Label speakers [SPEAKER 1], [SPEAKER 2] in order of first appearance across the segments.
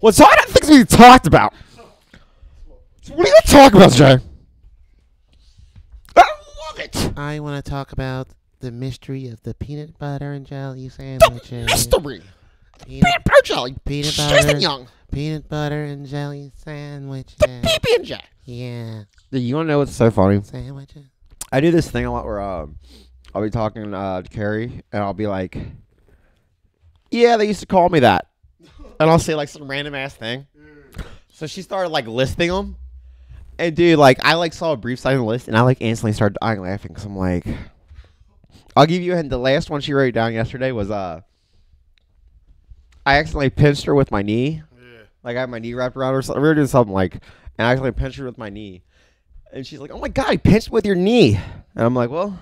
[SPEAKER 1] Well, so I don't think we talked about. So what are you gonna talk about, Jay? Ah, I love it.
[SPEAKER 2] I want to talk about the mystery of the peanut butter and jelly
[SPEAKER 1] The
[SPEAKER 2] sandwiches.
[SPEAKER 1] mystery.
[SPEAKER 2] peanut,
[SPEAKER 1] Peanut butter jelly.
[SPEAKER 2] Peanut
[SPEAKER 1] Jason
[SPEAKER 2] butter.
[SPEAKER 1] Young.
[SPEAKER 2] peanut butter and jelly sandwiches.
[SPEAKER 1] PB and J.
[SPEAKER 2] yeah,
[SPEAKER 1] You wanna know what's so funny?
[SPEAKER 2] sandwiches.
[SPEAKER 1] I do this thing a lot where um, I'll be talking uh, to Carrie and I'll be like, "Yeah, they used to call me that," and I'll say like some random ass thing. So she started like listing them, and dude, like I like saw a brief side of the list, and I like instantly started dying laughing because I'm like, I'll give you a hint. The last one she wrote down yesterday was uh, I accidentally pinched her with my knee. Like I had my knee wrapped around her. So we were doing something like, and I accidentally pinched her with my knee. And she's like, "Oh my god, I pinched with your knee." And I'm like, "Well,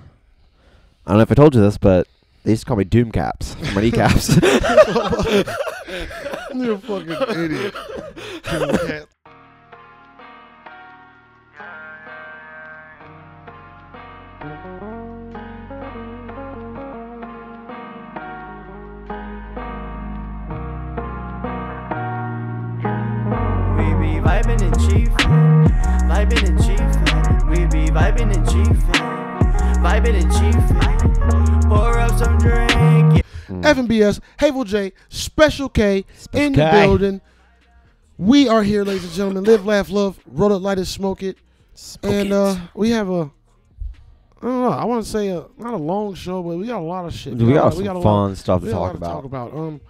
[SPEAKER 1] I don't know if I told you this, but they used to call me Doom Caps, for my kneecaps."
[SPEAKER 3] You're a fucking idiot. Cat.
[SPEAKER 4] We be vibing and chiefin', vibing and chiefin'. We be vibing and chiefin', vibing and chiefin'. Pour up some drink. Yeah.
[SPEAKER 1] Mm.
[SPEAKER 3] FNBS, Havel J, Special K in the
[SPEAKER 1] K.
[SPEAKER 3] building. We are here, ladies and gentlemen. Live, laugh, love. Roll up, light it, smoke it. and uh, we have a, I don't know, I want to say a, not a long show, but we got a lot of shit.
[SPEAKER 1] we got
[SPEAKER 3] we
[SPEAKER 1] some
[SPEAKER 3] a lot-
[SPEAKER 1] fun stuff to
[SPEAKER 3] we got a lot
[SPEAKER 1] talk
[SPEAKER 3] to
[SPEAKER 1] about.
[SPEAKER 3] talk about. Um,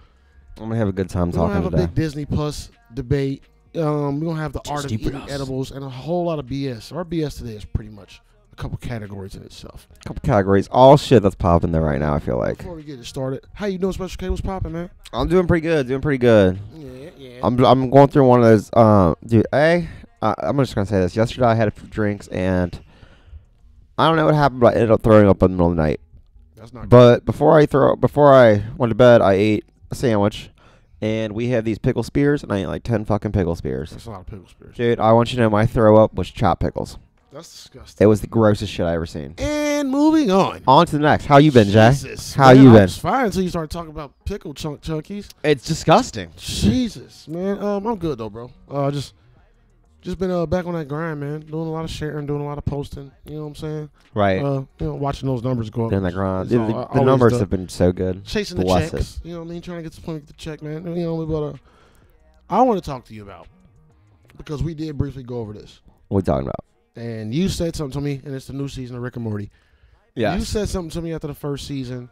[SPEAKER 1] I'm gonna have a good time
[SPEAKER 3] We're gonna
[SPEAKER 1] talking
[SPEAKER 3] have a
[SPEAKER 1] today.
[SPEAKER 3] big Disney Plus debate. Um, we're gonna have the art of
[SPEAKER 1] Disney
[SPEAKER 3] eating
[SPEAKER 1] Plus.
[SPEAKER 3] edibles and a whole lot of BS. Our BS today is pretty much a couple categories in itself.
[SPEAKER 1] couple categories, all shit that's popping there right now. I feel like
[SPEAKER 3] Before we get it started, how you doing, Special K? What's popping, man?
[SPEAKER 1] I'm doing pretty good. Doing pretty good.
[SPEAKER 3] Yeah, yeah.
[SPEAKER 1] I'm I'm going through one of those. Um, dude, a uh, I'm just gonna say this. Yesterday I had a few drinks and I don't know what happened, but I ended up throwing up in the middle of the night.
[SPEAKER 3] That's not. good.
[SPEAKER 1] But before I throw, before I went to bed, I ate a sandwich, and we have these pickle spears, and I ate like ten fucking pickle spears.
[SPEAKER 3] that's a lot of pickle spirits.
[SPEAKER 1] Dude, I want you to know my throw up was chopped pickles.
[SPEAKER 3] That's disgusting.
[SPEAKER 1] It was the grossest shit I ever seen.
[SPEAKER 3] And moving on.
[SPEAKER 1] On to the next. How you been, Jay?
[SPEAKER 3] Jesus,
[SPEAKER 1] How
[SPEAKER 3] man,
[SPEAKER 1] you
[SPEAKER 3] I
[SPEAKER 1] been?
[SPEAKER 3] was fine until you started talking about pickle chunk chunkies.
[SPEAKER 1] It's disgusting.
[SPEAKER 3] Jesus, man. Um, I'm good though, bro. Uh, just, just been uh back on that grind, man. Doing a lot of sharing, doing a lot of posting. You know what I'm saying?
[SPEAKER 1] Right.
[SPEAKER 3] Uh, you know, watching those numbers go up.
[SPEAKER 1] Doing that grind.
[SPEAKER 3] It's
[SPEAKER 1] Dude,
[SPEAKER 3] all-
[SPEAKER 1] the, the
[SPEAKER 3] always
[SPEAKER 1] numbers
[SPEAKER 3] the-
[SPEAKER 1] have been so good.
[SPEAKER 3] chasing the
[SPEAKER 1] Bless
[SPEAKER 3] checks. You know what I mean? Trying to get to the point, get the check, man. You know, but uh, I want to talk to you about because we did briefly go over this,
[SPEAKER 1] What we talking about?
[SPEAKER 3] and you said something to me, and it's the new season of Rick and Morty. You said something to me after the first season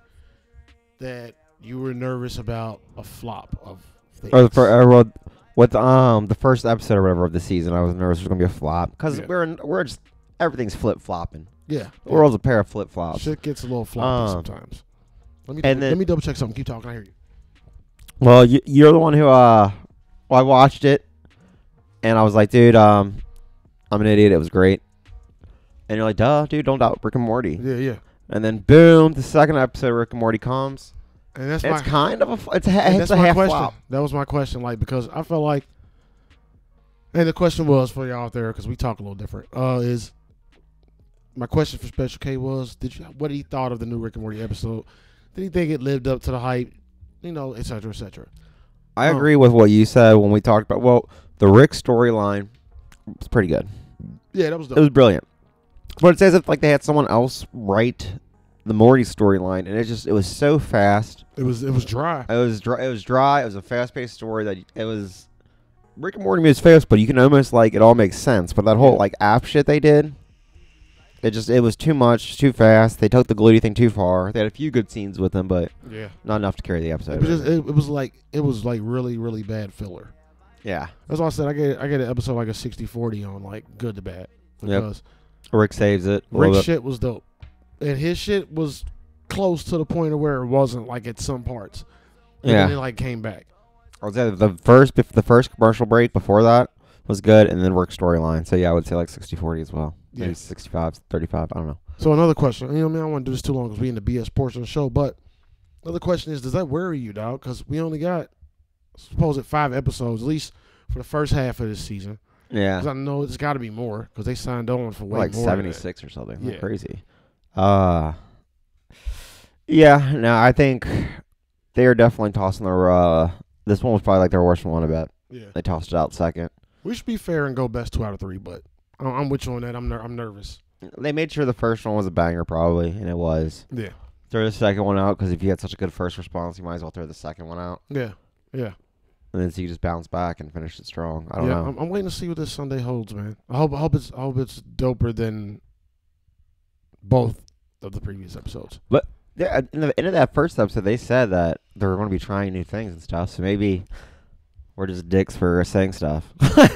[SPEAKER 3] that you were nervous about a flop of things.
[SPEAKER 1] Or the fir- er, or what- what the um the first episode or whatever of the season, I was nervous it was gonna be a flop because
[SPEAKER 3] Yeah.
[SPEAKER 1] we're in, we're just everything's flip flopping.
[SPEAKER 3] yeah,
[SPEAKER 1] The world's a pair of flip flops.
[SPEAKER 3] shit gets a little floppy
[SPEAKER 1] Um,
[SPEAKER 3] sometimes. Let me
[SPEAKER 1] and
[SPEAKER 3] let
[SPEAKER 1] then-
[SPEAKER 3] me double check something. Keep talking. I hear you.
[SPEAKER 1] Well, you, you're the one who uh, well, I watched it, and I was like, dude, um, I'm an idiot. It was great. And you're like, duh, dude, don't doubt Rick and Morty.
[SPEAKER 3] Yeah, yeah.
[SPEAKER 1] And then boom, the second episode of Rick and Morty comes.
[SPEAKER 3] And that's
[SPEAKER 1] It's
[SPEAKER 3] my
[SPEAKER 1] kind of a, fl- it's a,
[SPEAKER 3] And
[SPEAKER 1] it's
[SPEAKER 3] that's
[SPEAKER 1] a
[SPEAKER 3] my
[SPEAKER 1] half
[SPEAKER 3] question.
[SPEAKER 1] flop.
[SPEAKER 3] That was my question, like because I felt like, and the question was for y'all out there because we talk a little different. Uh, is my question for Special K was did you what he thought of the new Rick and Morty episode? Did he think it lived up to the hype? You know, et cetera, et cetera.
[SPEAKER 1] I
[SPEAKER 3] Oh.
[SPEAKER 1] agree with what you said when we talked about. Well, the Rick storyline was pretty good.
[SPEAKER 3] Yeah, that was
[SPEAKER 1] It
[SPEAKER 3] the
[SPEAKER 1] was brilliant. But it's as if like they had someone else write the Morty storyline, and it just it was so fast.
[SPEAKER 3] it was it was dry.
[SPEAKER 1] It was dry. It was dry. It was a fast-paced story that it was. Rick and Morty moves fast, but you can almost like it all makes sense. But that whole like app shit they did, it just it was too much, too fast. They took the gluty thing too far. They had a few good scenes with them, but
[SPEAKER 3] Yeah,
[SPEAKER 1] not enough to carry the
[SPEAKER 3] it
[SPEAKER 1] episode.
[SPEAKER 3] was just it, it was like it was like really really bad filler.
[SPEAKER 1] yeah,
[SPEAKER 3] That's why I said I get I get an episode like a 60-40 on like good to bad because
[SPEAKER 1] Rick saves it. a little
[SPEAKER 3] Rick's
[SPEAKER 1] bit.
[SPEAKER 3] shit was dope. And his shit was close to the point of where it wasn't, like at some parts. And
[SPEAKER 1] Yeah.
[SPEAKER 3] then it like came back.
[SPEAKER 1] I would say the first bef- the first commercial break before that was good, and then Rick storyline. So yeah, I would say like 60-40 as well. Maybe
[SPEAKER 3] Yeah.
[SPEAKER 1] 65, 35, I don't know.
[SPEAKER 3] So another question. You know what I mean? I don't want to do this too long because we in the BS portion of the show. But another question is, does that worry you, dog? Because we only got, suppose it five episodes, at least for the first half of this season.
[SPEAKER 1] Yeah,
[SPEAKER 3] Because I know it's got to be more because they signed on for way
[SPEAKER 1] like
[SPEAKER 3] more. than that.
[SPEAKER 1] 76 or something. Like,
[SPEAKER 3] Yeah.
[SPEAKER 1] Crazy. Uh Yeah, no, I think they are definitely tossing their uh this one was probably like their worst one I bet.
[SPEAKER 3] Yeah.
[SPEAKER 1] They tossed it out second.
[SPEAKER 3] We should be fair and go best two out of three, but I- I'm with you on that. I'm ner- I'm nervous.
[SPEAKER 1] They made sure the first one was a banger, probably, and it was.
[SPEAKER 3] Yeah.
[SPEAKER 1] Throw the second one out because if you had such a good first response, you might as well throw the second one out,
[SPEAKER 3] Yeah. Yeah.
[SPEAKER 1] and then so you just bounce back and finish it strong. I don't
[SPEAKER 3] yeah.
[SPEAKER 1] know.
[SPEAKER 3] I'm, I'm waiting to see what this Sunday holds, man. I hope I hope it's I hope it's doper than both of the previous episodes.
[SPEAKER 1] Yeah, at the end of that first episode, they said that they were going to be trying new things and stuff. So maybe we're just dicks for saying stuff.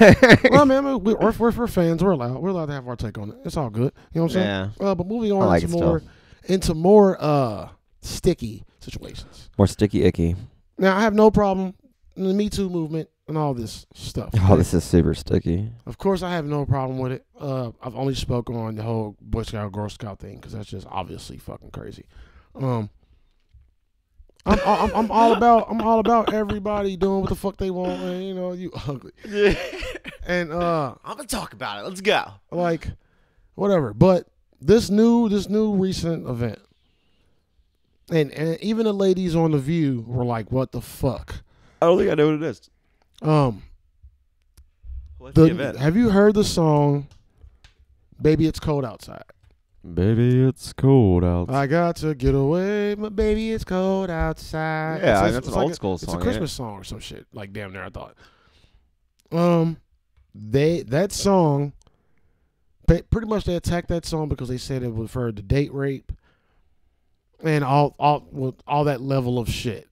[SPEAKER 3] well, man, we, we're, we're, we're fans. We're allowed. We're allowed to have our take on it. It's all good. You know what I'm saying?
[SPEAKER 1] yeah,
[SPEAKER 3] Uh, but moving
[SPEAKER 1] I
[SPEAKER 3] on
[SPEAKER 1] like
[SPEAKER 3] to
[SPEAKER 1] it
[SPEAKER 3] more
[SPEAKER 1] still.
[SPEAKER 3] into more uh sticky situations.
[SPEAKER 1] More sticky icky.
[SPEAKER 3] Now I have no problem in the Me Too movement and all this stuff.
[SPEAKER 1] Oh, this is super sticky.
[SPEAKER 3] Of course, I have no problem with it. Uh, I've only spoke on the whole Boy Scout Girl Scout thing because that's just obviously fucking crazy. Um, I'm, I'm I'm all about I'm all about everybody doing what the fuck they want. And, you know, you ugly and uh
[SPEAKER 1] I'm gonna talk about it. Let's go.
[SPEAKER 3] like whatever. But this new this new recent event, and and even the ladies on the View were like, "What the fuck."
[SPEAKER 1] I don't think I know what it is.
[SPEAKER 3] Um,
[SPEAKER 1] What's
[SPEAKER 3] the, have you heard the song "Baby It's Cold Outside"?
[SPEAKER 1] Baby, it's cold out.
[SPEAKER 3] I got to get away, my baby. It's cold outside.
[SPEAKER 1] yeah,
[SPEAKER 3] It's-
[SPEAKER 1] that's
[SPEAKER 3] it's
[SPEAKER 1] an
[SPEAKER 3] like
[SPEAKER 1] old
[SPEAKER 3] a-
[SPEAKER 1] school
[SPEAKER 3] It's
[SPEAKER 1] song.
[SPEAKER 3] a Christmas song or some shit. Like damn near, I thought. Um, they that song. pe- Pretty much, they attacked that song because they said it referred to date rape, and all all well, all that level of shit.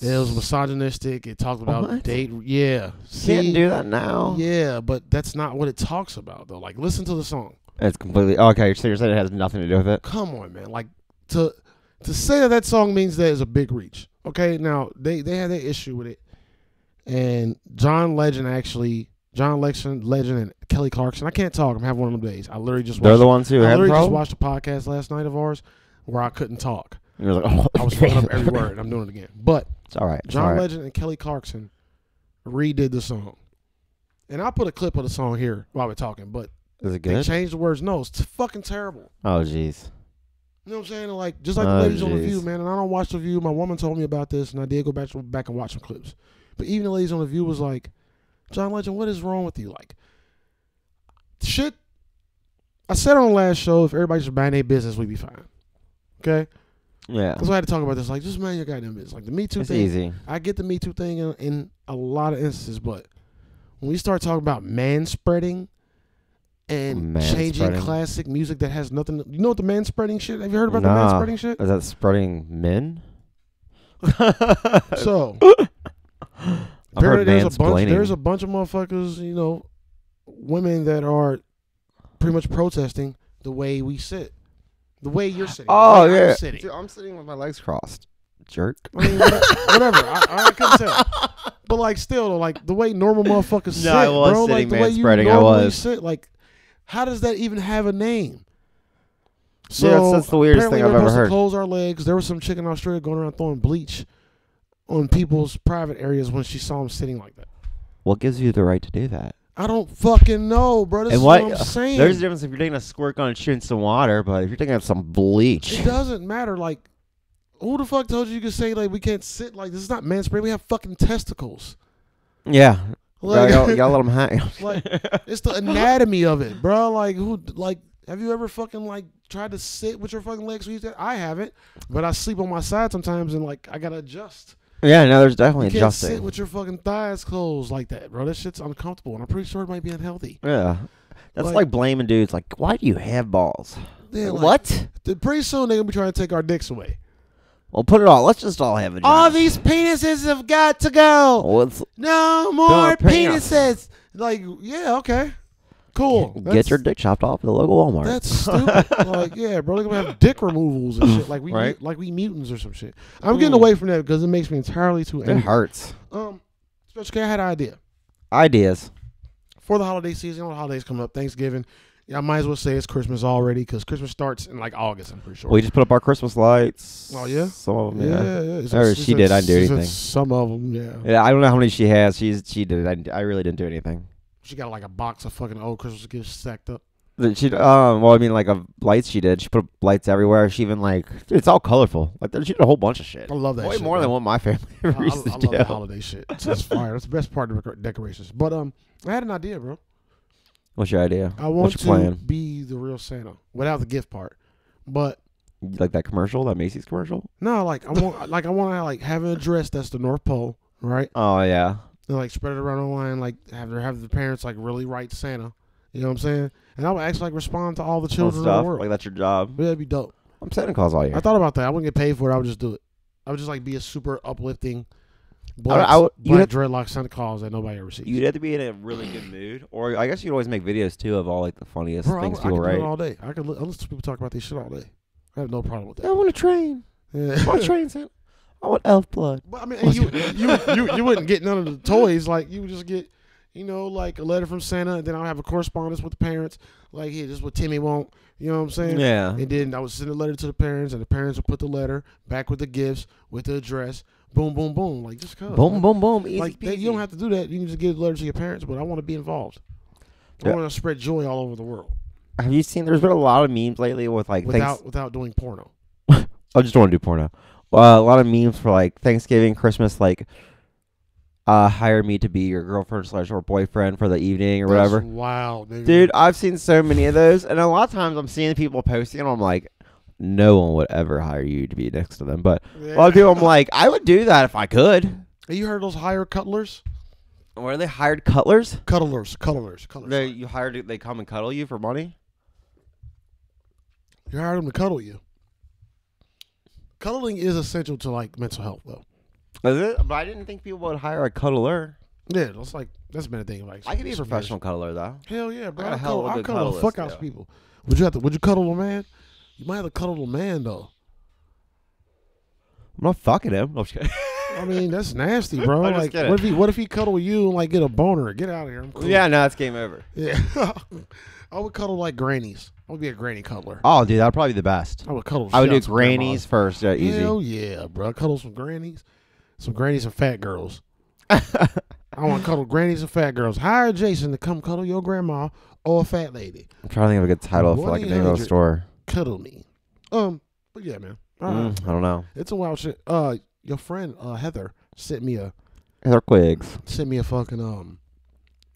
[SPEAKER 3] It was misogynistic. It talked about
[SPEAKER 1] What?
[SPEAKER 3] date. Yeah, See?
[SPEAKER 1] Can't do that now.
[SPEAKER 3] Yeah, but that's not what it talks about though. Like listen to the song.
[SPEAKER 1] It's completely okay. So you're saying it has nothing to do with it?
[SPEAKER 3] Come on, man. Like to to say that that song means that is a big reach. Okay, now they they had their issue with it, and John Legend actually John Legend Legend and Kelly Clarkson. I can't talk. I'm having one of them days. I literally just
[SPEAKER 1] They're
[SPEAKER 3] watched,
[SPEAKER 1] the ones who had
[SPEAKER 3] I
[SPEAKER 1] the
[SPEAKER 3] literally just
[SPEAKER 1] problem.
[SPEAKER 3] watched a podcast last night of ours where I couldn't talk.
[SPEAKER 1] And you're like, oh.
[SPEAKER 3] I was fucking up every word. I'm doing it again, but.
[SPEAKER 1] It's all right. It's all
[SPEAKER 3] John
[SPEAKER 1] right.
[SPEAKER 3] Legend and Kelly Clarkson redid the song. And I'll put a clip of the song here while we're talking, but
[SPEAKER 1] Is it
[SPEAKER 3] they
[SPEAKER 1] good?
[SPEAKER 3] changed the words. No, it's t- fucking terrible.
[SPEAKER 1] Oh, jeez.
[SPEAKER 3] You know what I'm saying? Like just like the
[SPEAKER 1] Oh,
[SPEAKER 3] ladies on the
[SPEAKER 1] jeez.
[SPEAKER 3] view, man. And I don't watch the view. My woman told me about this, and I did go back back and watch some clips. But even the ladies on the view was like, John Legend, what is wrong with you? Like, shit. I said on the last show, if everybody just mind their business, we'd be fine. Okay,
[SPEAKER 1] Yeah.
[SPEAKER 3] that's why I had to talk about this. Like, just mind your goddamn business. Like the Me Too
[SPEAKER 1] Oh. It's
[SPEAKER 3] thing.
[SPEAKER 1] easy.
[SPEAKER 3] I get the Me Too thing in, in a lot of instances, but when we start talking about man spreading and changing
[SPEAKER 1] Manspreading.
[SPEAKER 3] classic music that has nothing, you know what the man spreading shit? Have you heard about the man
[SPEAKER 1] Nah.
[SPEAKER 3] spreading shit?
[SPEAKER 1] Is that spreading men?
[SPEAKER 3] So
[SPEAKER 1] I've heard
[SPEAKER 3] apparently there's a bunch.
[SPEAKER 1] mansplaining.
[SPEAKER 3] There's a bunch of motherfuckers, you know, women that are pretty much protesting the way we sit, the way you're sitting. the
[SPEAKER 1] Oh
[SPEAKER 3] way I'm
[SPEAKER 1] yeah.
[SPEAKER 3] sitting.
[SPEAKER 1] Dude, I'm sitting with my legs crossed. Jerk.
[SPEAKER 3] I mean, whatever. whatever. I, I couldn't tell. But like, still, like the way normal motherfuckers
[SPEAKER 1] No,
[SPEAKER 3] sit,
[SPEAKER 1] I was
[SPEAKER 3] bro. Like
[SPEAKER 1] sitting
[SPEAKER 3] the way you
[SPEAKER 1] manspreading, I
[SPEAKER 3] normally
[SPEAKER 1] was.
[SPEAKER 3] sit. Like, how does that even have a name? So
[SPEAKER 1] Yeah, that's- that's the weirdest
[SPEAKER 3] apparently
[SPEAKER 1] thing I've
[SPEAKER 3] we're
[SPEAKER 1] ever
[SPEAKER 3] supposed
[SPEAKER 1] heard.
[SPEAKER 3] To close our legs. There was some chick in Australia going around throwing bleach on people's private areas when she saw them sitting like that.
[SPEAKER 1] What gives you the right to do that?
[SPEAKER 3] I don't fucking know, bro. This is
[SPEAKER 1] and
[SPEAKER 3] what,
[SPEAKER 1] what?
[SPEAKER 3] I'm saying.
[SPEAKER 1] There's a difference if you're taking a squirt gun and shooting some water, but if you're taking some bleach,
[SPEAKER 3] It doesn't matter. Like, who the fuck told you you could say like we can't sit like this? Is not manspreading. We have fucking testicles.
[SPEAKER 1] yeah,
[SPEAKER 3] Like,
[SPEAKER 1] y'all, y'all let them hang.
[SPEAKER 3] like it's the anatomy of it, bro. Like who? Like have you ever fucking like tried to sit with your fucking legs? when you sit? I haven't, but I sleep on my side sometimes, and like I gotta adjust.
[SPEAKER 1] yeah, no, there's definitely
[SPEAKER 3] You can't sit
[SPEAKER 1] adjusting.
[SPEAKER 3] with your fucking thighs closed like that, bro. That shit's uncomfortable, and I'm pretty sure it might be unhealthy.
[SPEAKER 1] yeah, that's
[SPEAKER 3] Like-
[SPEAKER 1] like, blaming dudes. Like, why do you have balls?
[SPEAKER 3] Yeah, like,
[SPEAKER 1] what?
[SPEAKER 3] th- Pretty soon they're gonna be trying to take our dicks away.
[SPEAKER 1] Well, put it all. Let's just all have it.
[SPEAKER 2] All these penises have got to go.
[SPEAKER 1] Let's
[SPEAKER 2] No
[SPEAKER 1] Don't
[SPEAKER 2] more
[SPEAKER 1] penis.
[SPEAKER 2] penises.
[SPEAKER 3] Like, yeah, okay, cool. Oh, That's-
[SPEAKER 1] get your dick chopped off at the local Walmart.
[SPEAKER 3] That's stupid. like, yeah, bro, they're gonna have dick removals and shit. Like we,
[SPEAKER 1] Right.
[SPEAKER 3] like we mutants or some shit. I'm getting away from that because it makes me entirely too
[SPEAKER 1] it
[SPEAKER 3] angry.
[SPEAKER 1] hurts.
[SPEAKER 3] Um, Special K, I had an idea
[SPEAKER 1] Ideas.
[SPEAKER 3] for the holiday season. You know, the holidays coming up, Thanksgiving. Yeah, I might as well say it's Christmas already because Christmas starts in like August. I'm pretty sure.
[SPEAKER 1] We just put up our Christmas lights.
[SPEAKER 3] Oh, yeah?
[SPEAKER 1] some of
[SPEAKER 3] yeah,
[SPEAKER 1] them. Yeah,
[SPEAKER 3] yeah. It's-
[SPEAKER 1] Or
[SPEAKER 3] it's-
[SPEAKER 1] she
[SPEAKER 3] it's-
[SPEAKER 1] did, I didn't do
[SPEAKER 3] it's-
[SPEAKER 1] anything.
[SPEAKER 3] Some of them, yeah.
[SPEAKER 1] Yeah, I don't know how many she has. She's she did. it. I, I really didn't do anything.
[SPEAKER 3] She got like a box of fucking old Christmas gifts stacked up.
[SPEAKER 1] That She um well I mean like a lights she did she put up lights everywhere she even like it's all colorful like there- she did a whole bunch of shit
[SPEAKER 3] I love that
[SPEAKER 1] way
[SPEAKER 3] shit,
[SPEAKER 1] more than
[SPEAKER 3] man.
[SPEAKER 1] what my family
[SPEAKER 3] I, I,
[SPEAKER 1] ever
[SPEAKER 3] I
[SPEAKER 1] used to
[SPEAKER 3] love
[SPEAKER 1] do
[SPEAKER 3] that holiday shit. It's just fire. That's the best part of decor- decorations. But um, I had an idea, bro.
[SPEAKER 1] what's your idea
[SPEAKER 3] I
[SPEAKER 1] what's
[SPEAKER 3] want
[SPEAKER 1] your
[SPEAKER 3] to
[SPEAKER 1] plan
[SPEAKER 3] be the real Santa without the gift part. But
[SPEAKER 1] You like that commercial that Macy's commercial
[SPEAKER 3] no, like I want, like I want to like have an address that's the North Pole, right?
[SPEAKER 1] oh yeah
[SPEAKER 3] and like spread it around online, like have their have the parents like really write Santa. You know what I'm saying? And I would actually like respond to all the
[SPEAKER 1] Cool
[SPEAKER 3] children in the
[SPEAKER 1] stuff
[SPEAKER 3] world.
[SPEAKER 1] like that's your job
[SPEAKER 3] But that'd be dope.
[SPEAKER 1] I'm Santa Claus all year
[SPEAKER 3] I thought about that. I wouldn't get paid for it. I would just do it. I would just like be a super uplifting
[SPEAKER 1] I would-
[SPEAKER 3] black,
[SPEAKER 1] I would- you
[SPEAKER 3] black
[SPEAKER 1] had-
[SPEAKER 3] dreadlock Santa Claus that nobody ever sees.
[SPEAKER 1] you'd have to be in a really good mood or I guess you'd always make videos too of all like the funniest
[SPEAKER 3] Bro, I,
[SPEAKER 1] things
[SPEAKER 3] would- I
[SPEAKER 1] people
[SPEAKER 3] could do it
[SPEAKER 1] write
[SPEAKER 3] all day. I could li- I listen to people talk about this shit all day. I have no problem with
[SPEAKER 1] I
[SPEAKER 3] that.
[SPEAKER 1] want a train I want a
[SPEAKER 3] Yeah.
[SPEAKER 1] train Santa I want elf blood
[SPEAKER 3] but I mean, and you, you you you wouldn't get none of the toys. Like you would just get, you know, like a letter from Santa, and then I'll have a correspondence with the parents. Like, here, this is what Timmy want. You know what I'm saying?
[SPEAKER 1] yeah
[SPEAKER 3] And then I would send a letter to the parents, and the parents would put the letter back with the gifts, with the address. Boom, boom, boom. Like just cause.
[SPEAKER 1] boom
[SPEAKER 3] Like,
[SPEAKER 1] boom boom easy
[SPEAKER 3] like, they- you
[SPEAKER 1] peasy.
[SPEAKER 3] don't have to do that. You can just give a letter to your parents. But I want to be involved.
[SPEAKER 1] Yeah.
[SPEAKER 3] I want to spread joy all over the world
[SPEAKER 1] Have you seen? There's been a lot of memes lately with like.
[SPEAKER 3] without
[SPEAKER 1] Thanks,
[SPEAKER 3] without doing porno.
[SPEAKER 1] I just don't want to do porno. Uh, a lot of memes for like Thanksgiving, Christmas, like. Uh, hire me to be your girlfriend slash or boyfriend for the evening or whatever.
[SPEAKER 3] That's wild, nigga.
[SPEAKER 1] Dude, I've seen so many of those, and a lot of times I'm seeing people posting, and I'm like, no one would ever hire you to be next to them. But a lot of people, I'm like, I would do that if I could.
[SPEAKER 3] Have you heard of those hire cuddlers?
[SPEAKER 1] Where they hired cutlers?
[SPEAKER 3] Cuddlers, cuddlers, cuddlers.
[SPEAKER 1] They you hired they come and cuddle you for money.
[SPEAKER 3] You hired them to cuddle you. Cuddling is essential to like mental health, though.
[SPEAKER 1] Is it? But I didn't think people would hire a cuddler.
[SPEAKER 3] Yeah, that's like that's been a thing. Like
[SPEAKER 1] I could be a
[SPEAKER 3] some years.
[SPEAKER 1] professional cuddler though.
[SPEAKER 3] Hell yeah, bro.
[SPEAKER 1] got
[SPEAKER 3] I
[SPEAKER 1] a hell of
[SPEAKER 3] cuddle,
[SPEAKER 1] a
[SPEAKER 3] I
[SPEAKER 1] good
[SPEAKER 3] cuddle the
[SPEAKER 1] cuddlist,
[SPEAKER 3] fuck out
[SPEAKER 1] yeah.
[SPEAKER 3] of people. Would you have to? Would you cuddle a man? You might have to cuddle a man though.
[SPEAKER 1] I'm not fucking him. I'm just kidding.
[SPEAKER 3] I mean, that's nasty, bro.
[SPEAKER 1] I'm just
[SPEAKER 3] like,
[SPEAKER 1] kidding.
[SPEAKER 3] what if he? What if he cuddle you and like get a boner? Get out of here. I'm cool.
[SPEAKER 1] Yeah, no, it's game over.
[SPEAKER 3] yeah. I would cuddle like grannies. I would be a granny cuddler.
[SPEAKER 1] Oh, dude, that'd probably be the best.
[SPEAKER 3] I would cuddle.
[SPEAKER 1] I would
[SPEAKER 3] shit
[SPEAKER 1] do
[SPEAKER 3] out some grandmas.
[SPEAKER 1] grannies first. Yeah, easy.
[SPEAKER 3] Hell yeah, bro. I cuddle some grannies, some grannies and fat girls. I want to cuddle grannies and fat girls. Hire Jason to come cuddle your grandma or a fat lady.
[SPEAKER 1] I'm trying to think of a good title for like a name of a
[SPEAKER 3] 1-800.
[SPEAKER 1] store.
[SPEAKER 3] Cuddle me. Um, but yeah, man. All right.
[SPEAKER 1] Mm, I don't know.
[SPEAKER 3] It's a wild shit. Uh, your friend uh Heather sent me a
[SPEAKER 1] They're quigs.
[SPEAKER 3] sent me a fucking um,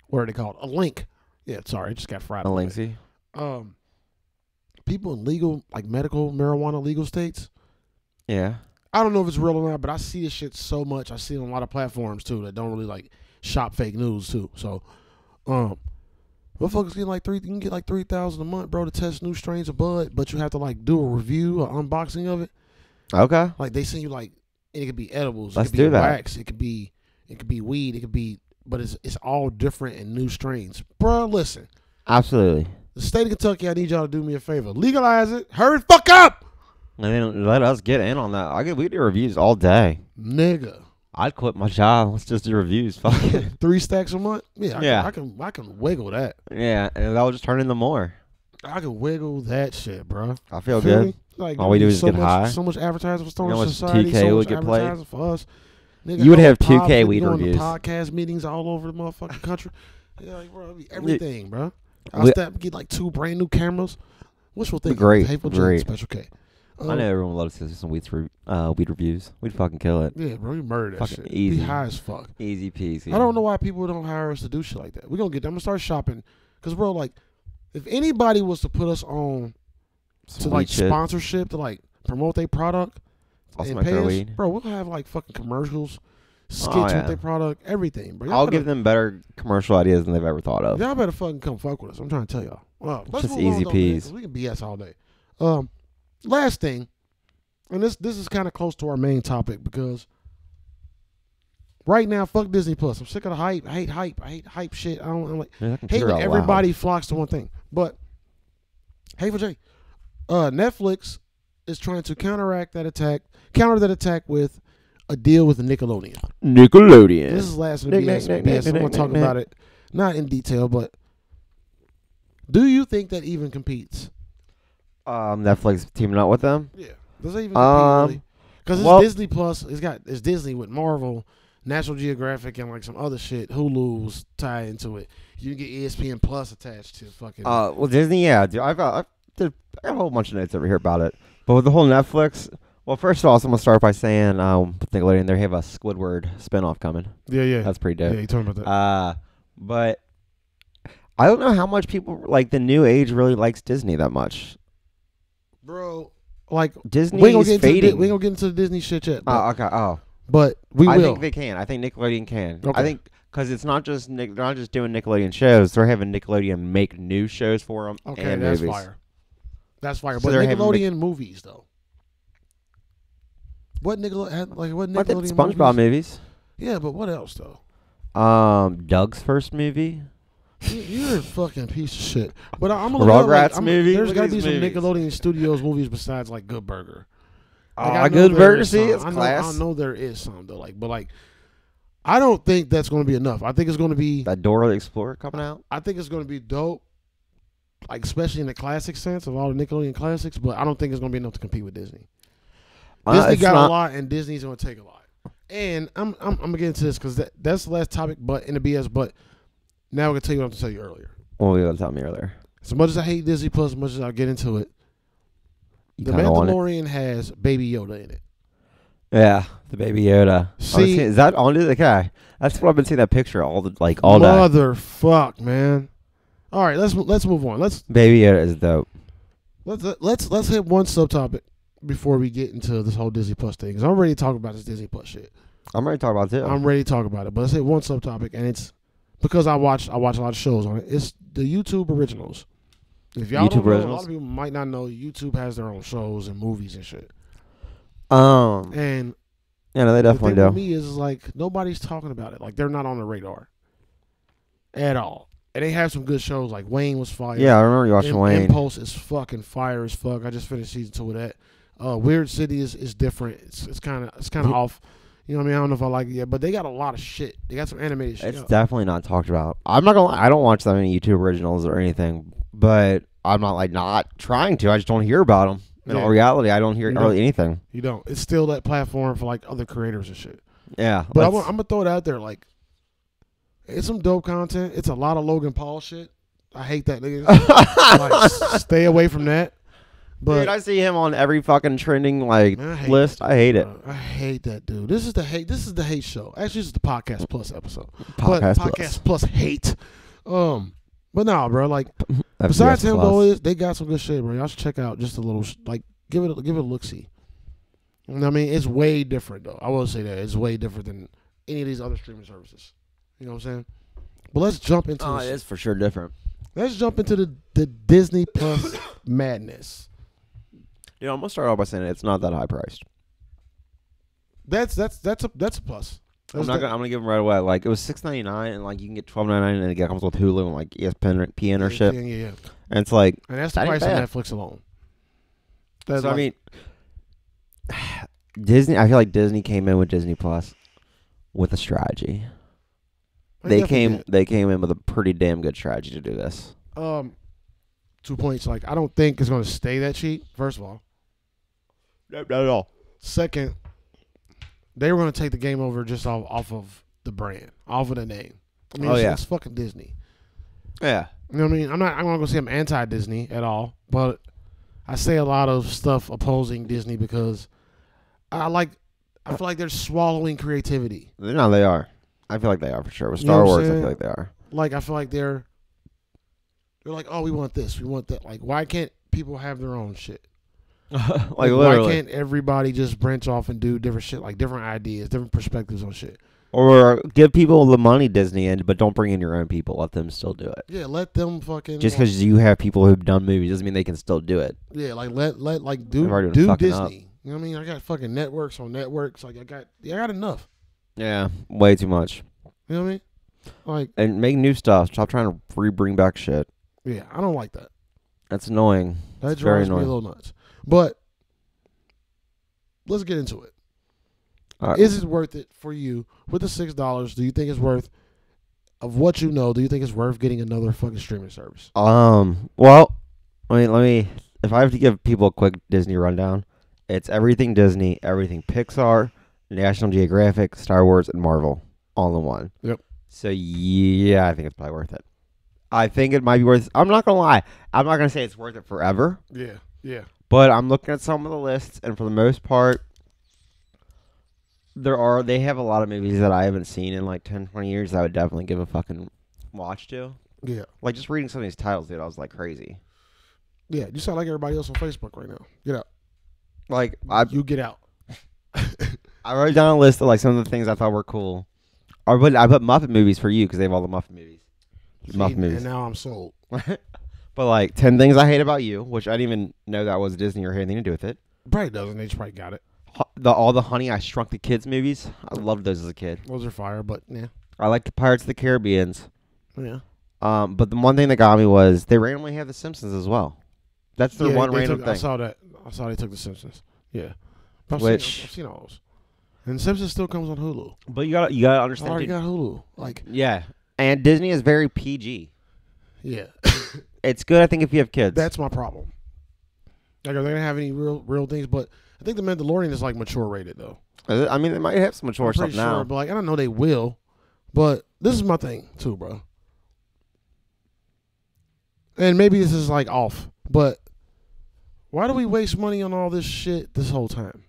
[SPEAKER 3] what are they called? A link. Yeah, sorry, I just got fried.
[SPEAKER 1] A
[SPEAKER 3] a little
[SPEAKER 1] Linksy.
[SPEAKER 3] bit. Um, people in legal like medical marijuana legal states.
[SPEAKER 1] Yeah.
[SPEAKER 3] I don't know if it's real or not, but I see this shit so much. I see it on a lot of platforms too that don't really like shop fake news too. So, um, motherfuckers get like three. You can get like three thousand a month, bro, to test new strains of bud, but you have to like do a review, or unboxing of it.
[SPEAKER 1] Okay.
[SPEAKER 3] Like they send you like, and it could be edibles.
[SPEAKER 1] Let's
[SPEAKER 3] it could
[SPEAKER 1] do
[SPEAKER 3] be
[SPEAKER 1] that.
[SPEAKER 3] Wax. It could be, it could be weed. It could be, but it's it's all different and new strains, bro. Listen,
[SPEAKER 1] Absolutely.
[SPEAKER 3] the state of Kentucky, I need y'all to do me a favor, legalize it. Hurry the fuck up,
[SPEAKER 1] And then let us get in on that. I could we do reviews all day.
[SPEAKER 3] nigga.
[SPEAKER 1] I'd quit my job. Let's just do reviews. Fuck it.
[SPEAKER 3] Three stacks a month. Yeah, I,
[SPEAKER 1] Yeah.
[SPEAKER 3] Can, I can I can wiggle that.
[SPEAKER 1] yeah, and that'll just turn into more.
[SPEAKER 3] I can wiggle that shit, bro.
[SPEAKER 1] I feel
[SPEAKER 3] Feel
[SPEAKER 1] good.
[SPEAKER 3] me? Like
[SPEAKER 1] All we do is
[SPEAKER 3] so
[SPEAKER 1] get
[SPEAKER 3] much,
[SPEAKER 1] high.
[SPEAKER 3] So much advertising for Stone
[SPEAKER 1] know how much
[SPEAKER 3] Society.
[SPEAKER 1] TK
[SPEAKER 3] so
[SPEAKER 1] would
[SPEAKER 3] much
[SPEAKER 1] get played?
[SPEAKER 3] advertising for us. Nigga,
[SPEAKER 1] You would
[SPEAKER 3] I
[SPEAKER 1] have
[SPEAKER 3] was popping,
[SPEAKER 1] 2K weed
[SPEAKER 3] doing
[SPEAKER 1] reviews.
[SPEAKER 3] The podcast meetings all over the motherfucking country. yeah, like, bro, it'd be everything, bro. I
[SPEAKER 1] we-
[SPEAKER 3] will step get like two brand new cameras. Wishful
[SPEAKER 1] Be
[SPEAKER 3] thinking.
[SPEAKER 1] great,
[SPEAKER 3] Hateful
[SPEAKER 1] be
[SPEAKER 3] Jane,
[SPEAKER 1] great.
[SPEAKER 3] Special K. Um,
[SPEAKER 1] I know everyone loves to do some weed, re- uh, weed reviews. We'd fucking kill it.
[SPEAKER 3] Yeah, bro, we murder that
[SPEAKER 1] Fucking
[SPEAKER 3] shit.
[SPEAKER 1] easy.
[SPEAKER 3] Be high as fuck.
[SPEAKER 1] Easy peasy.
[SPEAKER 3] I don't know why people don't hire us to do shit like that. We're gonna get. I'm gonna start shopping, cause bro, like, if anybody was to put us on
[SPEAKER 1] Some
[SPEAKER 3] to
[SPEAKER 1] weed
[SPEAKER 3] like
[SPEAKER 1] shit.
[SPEAKER 3] sponsorship to like promote their product
[SPEAKER 1] I'll
[SPEAKER 3] and
[SPEAKER 1] smoke
[SPEAKER 3] pay
[SPEAKER 1] their
[SPEAKER 3] us,
[SPEAKER 1] weed. Oh,
[SPEAKER 3] bro. We'll have like fucking commercials, skits
[SPEAKER 1] yeah.
[SPEAKER 3] with their product, everything, bro. Y'all
[SPEAKER 1] I'll
[SPEAKER 3] better,
[SPEAKER 1] give them better commercial ideas than they've ever thought of.
[SPEAKER 3] Y'all better fucking come fuck with us. I'm trying to tell y'all. Well, let's
[SPEAKER 1] Just
[SPEAKER 3] move on,
[SPEAKER 1] easy
[SPEAKER 3] though, man,
[SPEAKER 1] peas.
[SPEAKER 3] 'cause We can BS all day. Um, last thing, and this this is kind of close to our main topic because right now, fuck Disney Plus. I'm sick of the hype. I hate hype. I hate hype shit. I don't I'm like.
[SPEAKER 1] Dude, that
[SPEAKER 3] Hate
[SPEAKER 1] computer
[SPEAKER 3] when
[SPEAKER 1] out
[SPEAKER 3] everybody flocks to one thing. But hey for Jay. Uh Netflix is trying to counteract that attack, counter that attack with a deal with Nickelodeon.
[SPEAKER 1] loud. Nickelodeon.
[SPEAKER 3] This is last
[SPEAKER 1] Nick,
[SPEAKER 3] week. BS.
[SPEAKER 1] Nick, Nick,
[SPEAKER 3] BS.
[SPEAKER 1] Nick,
[SPEAKER 3] I'm gonna
[SPEAKER 1] Nick,
[SPEAKER 3] talk
[SPEAKER 1] Nick,
[SPEAKER 3] about it not in detail, but do you think that even competes?
[SPEAKER 1] um, Netflix teaming up with them.
[SPEAKER 3] Yeah. Does that even compete
[SPEAKER 1] Um,
[SPEAKER 3] really? Because it's
[SPEAKER 1] well-
[SPEAKER 3] Disney Plus, it's got it's Disney with Marvel, National Geographic and like some other shit, Hulu's tied into it. You can get E ESPN Plus attached to fucking.
[SPEAKER 1] Uh, well, Disney, yeah, dude. I've got, I've, did, I got a whole bunch of notes over here about it. But with the whole Netflix, well, first of all, so I'm gonna start by saying, um, Nickelodeon, they have a Squidward spinoff coming.
[SPEAKER 3] yeah, yeah,
[SPEAKER 1] That's pretty
[SPEAKER 3] yeah.
[SPEAKER 1] dope.
[SPEAKER 3] You talking about that?
[SPEAKER 1] Uh, but I don't know how much people like the new age really likes Disney that much.
[SPEAKER 3] bro? Like
[SPEAKER 1] Disney
[SPEAKER 3] we ain't gonna get
[SPEAKER 1] is
[SPEAKER 3] into the,
[SPEAKER 1] fading.
[SPEAKER 3] we ain't gonna get into the Disney shit yet, but,
[SPEAKER 1] oh, okay. Oh,
[SPEAKER 3] but we
[SPEAKER 1] I
[SPEAKER 3] will.
[SPEAKER 1] think they can. I think Nickelodeon can.
[SPEAKER 3] Okay.
[SPEAKER 1] I think because it's not just Nick, they're not just doing Nickelodeon shows; they're having Nickelodeon make new shows for them.
[SPEAKER 3] okay,
[SPEAKER 1] and
[SPEAKER 3] that's
[SPEAKER 1] movies.
[SPEAKER 3] fire. That's fire.
[SPEAKER 1] So
[SPEAKER 3] but
[SPEAKER 1] they're having
[SPEAKER 3] Nickelodeon movies though. What Nickelodeon? Like what
[SPEAKER 1] What did
[SPEAKER 3] Nickelodeon?
[SPEAKER 1] SpongeBob
[SPEAKER 3] movies?
[SPEAKER 1] movies?
[SPEAKER 3] Yeah, but what else though?
[SPEAKER 1] Um, Doug's first movie.
[SPEAKER 3] You- You're a fucking piece of shit. But I- I'm gonna look up,
[SPEAKER 1] Rugrats
[SPEAKER 3] I'm-
[SPEAKER 1] movie?
[SPEAKER 3] There's
[SPEAKER 1] Look
[SPEAKER 3] gotta
[SPEAKER 1] at
[SPEAKER 3] be
[SPEAKER 1] these
[SPEAKER 3] some
[SPEAKER 1] movies.
[SPEAKER 3] Nickelodeon Studios movies besides like Good Burger. Like,
[SPEAKER 1] Ah,
[SPEAKER 3] I know
[SPEAKER 1] Good
[SPEAKER 3] there
[SPEAKER 1] Burger,
[SPEAKER 3] is
[SPEAKER 1] see,
[SPEAKER 3] some.
[SPEAKER 1] it's
[SPEAKER 3] I know,
[SPEAKER 1] class.
[SPEAKER 3] I know there is some though. Like, but like, I don't think that's gonna be enough. I think it's gonna be.
[SPEAKER 1] That Dora the Explorer coming out.
[SPEAKER 3] I think it's gonna be dope. Like especially in the classic sense of all the Nickelodeon classics, but I don't think it's gonna be enough to compete with Disney.
[SPEAKER 1] Uh,
[SPEAKER 3] Disney
[SPEAKER 1] it's
[SPEAKER 3] got
[SPEAKER 1] not-
[SPEAKER 3] a lot, and Disney's gonna take a lot. And I'm I'm, I'm gonna get into this because that, that's the last topic, but in the BS. But now I'm gonna tell you what I was gonna tell you earlier.
[SPEAKER 1] Well, we were telling me earlier.
[SPEAKER 3] As much as I hate Disney Plus, as much as I get into it,
[SPEAKER 1] You
[SPEAKER 3] The
[SPEAKER 1] kinda want it.
[SPEAKER 3] Mandalorian has Baby Yoda in it.
[SPEAKER 1] Yeah, the baby Yoda. I've
[SPEAKER 3] See-
[SPEAKER 1] seen- is that on the guy? That's what I've been seeing that picture all the like all that.
[SPEAKER 3] Motherfuck, man. All right, let's let's move on. Let's
[SPEAKER 1] Baby Yoda is dope.
[SPEAKER 3] let's let's let's hit one subtopic before we get into this whole Disney Plus thing. Because I'm ready to talk about this Disney Plus shit.
[SPEAKER 1] I'm ready to talk about it.
[SPEAKER 3] I'm ready to talk about it. But let's hit one subtopic, and it's because I watch I watch a lot of shows on it. It's the YouTube originals. If y'all
[SPEAKER 1] YouTube
[SPEAKER 3] don't know, a lot
[SPEAKER 1] originals?
[SPEAKER 3] of people might not know YouTube has their own shows and movies and shit.
[SPEAKER 1] um,
[SPEAKER 3] And
[SPEAKER 1] yeah, no, they definitely
[SPEAKER 3] the
[SPEAKER 1] do.
[SPEAKER 3] thing with me is like nobody's talking about it. Like they're not on the radar at all. And they have some good shows. Like Wayne was fire.
[SPEAKER 1] yeah, I remember you watching
[SPEAKER 3] Im-
[SPEAKER 1] Wayne.
[SPEAKER 3] Impulse is fucking fire as fuck. I just finished season two of that. Uh, Weird City is, is different. It's it's kind of it's kind of off. You know what I mean? I don't know if I like it yet, but they got a lot of shit. They got some animated shit.
[SPEAKER 1] It's definitely not talked about. I'm not gonna. Lie, I don't watch that many YouTube originals or anything, but I'm not like not trying to. I just don't hear about them. In
[SPEAKER 3] Yeah.
[SPEAKER 1] all reality, I don't hear
[SPEAKER 3] You don't.
[SPEAKER 1] hardly anything.
[SPEAKER 3] you don't. It's still that platform for like other creators and shit.
[SPEAKER 1] Yeah,
[SPEAKER 3] But
[SPEAKER 1] let's-
[SPEAKER 3] I'm, gonna- I'm gonna throw it out there. Like, it's some dope content. It's a lot of Logan Paul shit. I hate that nigga. like, s- stay away from that. But uh,
[SPEAKER 1] dude, I see him on every fucking trending like
[SPEAKER 3] Man, I hate
[SPEAKER 1] list. I hate it.
[SPEAKER 3] Bro, I hate that dude. This is the hate. This is the hate show. Actually, this is the podcast plus episode.
[SPEAKER 1] Podcast
[SPEAKER 3] but
[SPEAKER 1] Plus.
[SPEAKER 3] podcast plus hate. Um, but no, bro. Like
[SPEAKER 1] FBS
[SPEAKER 3] besides him
[SPEAKER 1] Plus.
[SPEAKER 3] though, is, they got some good shit, bro. Y'all should check out just a little. sh- Like give it, a- give it a look. See, you know what I mean, it's way different though. I will say that it's way different than any of these other streaming services. You know what I'm saying? But let's jump into
[SPEAKER 1] Oh,
[SPEAKER 3] this-
[SPEAKER 1] it is for sure different.
[SPEAKER 3] let's jump into the the Disney Plus madness.
[SPEAKER 1] Dude, I'm gonna start off by saying it's not that high priced.
[SPEAKER 3] That's that's that's a that's a plus.
[SPEAKER 1] I'm
[SPEAKER 3] That's
[SPEAKER 1] not
[SPEAKER 3] the-
[SPEAKER 1] gonna. I'm gonna give them right away. Like it was six ninety nine, and like you can get twelve ninety nine, and it comes with Hulu and like E ESPN or PN or shit.
[SPEAKER 3] Yeah, yeah, yeah.
[SPEAKER 1] And it's like,
[SPEAKER 3] And that's the
[SPEAKER 1] That ain't
[SPEAKER 3] price of
[SPEAKER 1] bad.
[SPEAKER 3] Netflix alone.
[SPEAKER 1] so
[SPEAKER 3] That's
[SPEAKER 1] I
[SPEAKER 3] like-
[SPEAKER 1] mean, Disney. I feel like Disney came in with Disney Plus with a strategy.
[SPEAKER 3] I
[SPEAKER 1] They
[SPEAKER 3] definitely
[SPEAKER 1] came. They came in with a pretty damn good strategy to do this.
[SPEAKER 3] did. Um, two points. Like, I don't think it's going to stay that cheap. First of all,
[SPEAKER 1] Not at all.
[SPEAKER 3] second, they were going to take the game over just off off of the brand, off of the name. I mean,
[SPEAKER 1] Oh,
[SPEAKER 3] it's,
[SPEAKER 1] yeah.
[SPEAKER 3] it's fucking Disney.
[SPEAKER 1] Yeah.
[SPEAKER 3] You know what I mean? I'm not. I'm not going to say I'm anti-Disney at all, but I say a lot of stuff opposing Disney because I like. I feel like they're swallowing creativity.
[SPEAKER 1] No, they are. I feel like they are for sure. With
[SPEAKER 3] You know
[SPEAKER 1] Star
[SPEAKER 3] what I'm
[SPEAKER 1] Wars, I
[SPEAKER 3] saying?
[SPEAKER 1] feel like they are.
[SPEAKER 3] like I feel like they're they're like, oh, we want this, we want that. Like, why can't people have their own shit?
[SPEAKER 1] like
[SPEAKER 3] why
[SPEAKER 1] literally,
[SPEAKER 3] can't everybody just branch off and do different shit, like different ideas, different perspectives on shit?
[SPEAKER 1] or give people the money Disney in, but don't bring in your own people. Let them still do it.
[SPEAKER 3] Yeah, let them fucking
[SPEAKER 1] Just because you have people who've done movies doesn't mean they can still do it.
[SPEAKER 3] yeah, like let let like
[SPEAKER 1] They've already
[SPEAKER 3] do
[SPEAKER 1] been
[SPEAKER 3] do
[SPEAKER 1] fucking
[SPEAKER 3] Disney.
[SPEAKER 1] up.
[SPEAKER 3] You know what I mean? I got fucking networks on networks. Like I got I got enough.
[SPEAKER 1] Yeah, way too much.
[SPEAKER 3] You know what I mean? Like
[SPEAKER 1] And make new stuff. Stop trying to re bring back shit.
[SPEAKER 3] yeah, I don't like that.
[SPEAKER 1] That's annoying.
[SPEAKER 3] That
[SPEAKER 1] It's very
[SPEAKER 3] drives me a
[SPEAKER 1] annoying.
[SPEAKER 3] little nuts. But let's get into it.
[SPEAKER 1] All right.
[SPEAKER 3] is it worth it for you with the six dollars? Do you think it's worth of what you know? Do you think it's worth getting another fucking streaming service?
[SPEAKER 1] Um. Well, I mean, let me. If I have to give people a quick Disney rundown, it's everything Disney, everything Pixar, National Geographic, Star Wars, and Marvel all in one.
[SPEAKER 3] Yep.
[SPEAKER 1] So yeah, I think it's probably worth it. I think it might be worth. I'm not gonna lie. I'm not gonna say it's worth it forever,
[SPEAKER 3] Yeah, yeah.
[SPEAKER 1] but I'm looking at some of the lists, and for the most part, there are they have a lot of movies that I haven't seen in like 10, 20 years. That I would definitely give a fucking watch to.
[SPEAKER 3] Yeah.
[SPEAKER 1] Like just reading some of these titles, dude, I was like crazy.
[SPEAKER 3] Yeah. You sound like everybody else on Facebook right now. Get out.
[SPEAKER 1] Like I
[SPEAKER 3] you get out.
[SPEAKER 1] I wrote down a list of like some of the things I thought were cool. I put I put Muppet movies for you because they have all the Muppet movies.
[SPEAKER 3] See,
[SPEAKER 1] Muppet
[SPEAKER 3] and
[SPEAKER 1] movies.
[SPEAKER 3] now I'm sold.
[SPEAKER 1] but like ten things I hate about you, which I didn't even know that was Disney or had anything to do with it.
[SPEAKER 3] Probably doesn't. They just probably got it.
[SPEAKER 1] Ho- The all the Honey I Shrunk the Kids movies. I loved those as a kid.
[SPEAKER 3] Those are fire, but yeah,
[SPEAKER 1] I liked the Pirates of the Caribbean's.
[SPEAKER 3] yeah.
[SPEAKER 1] Um, but the one thing that got me was they randomly have the Simpsons as well. That's their
[SPEAKER 3] yeah,
[SPEAKER 1] one
[SPEAKER 3] they
[SPEAKER 1] random
[SPEAKER 3] took- I
[SPEAKER 1] thing.
[SPEAKER 3] saw that. I saw they took The Simpsons. Yeah, But I've
[SPEAKER 1] Which-
[SPEAKER 3] seen, I've seen all those. And Simpsons still comes on Hulu.
[SPEAKER 1] But you gotta you gotta
[SPEAKER 3] I
[SPEAKER 1] understand.
[SPEAKER 3] already
[SPEAKER 1] dude-
[SPEAKER 3] got Hulu. Like,
[SPEAKER 1] Yeah, and Disney is very PG.
[SPEAKER 3] yeah,
[SPEAKER 1] It's good, I think, if you have kids.
[SPEAKER 3] that's my problem. Like, are they gonna have any real, real things? But I think The Mandalorian is like mature rated though.
[SPEAKER 1] Uh, I mean, they might have some mature
[SPEAKER 3] I'm
[SPEAKER 1] stuff
[SPEAKER 3] pretty
[SPEAKER 1] now.
[SPEAKER 3] sure, but like, I don't know they will. But this is my thing too, bro. And maybe this is like off, but why do we waste money on all this shit this whole time?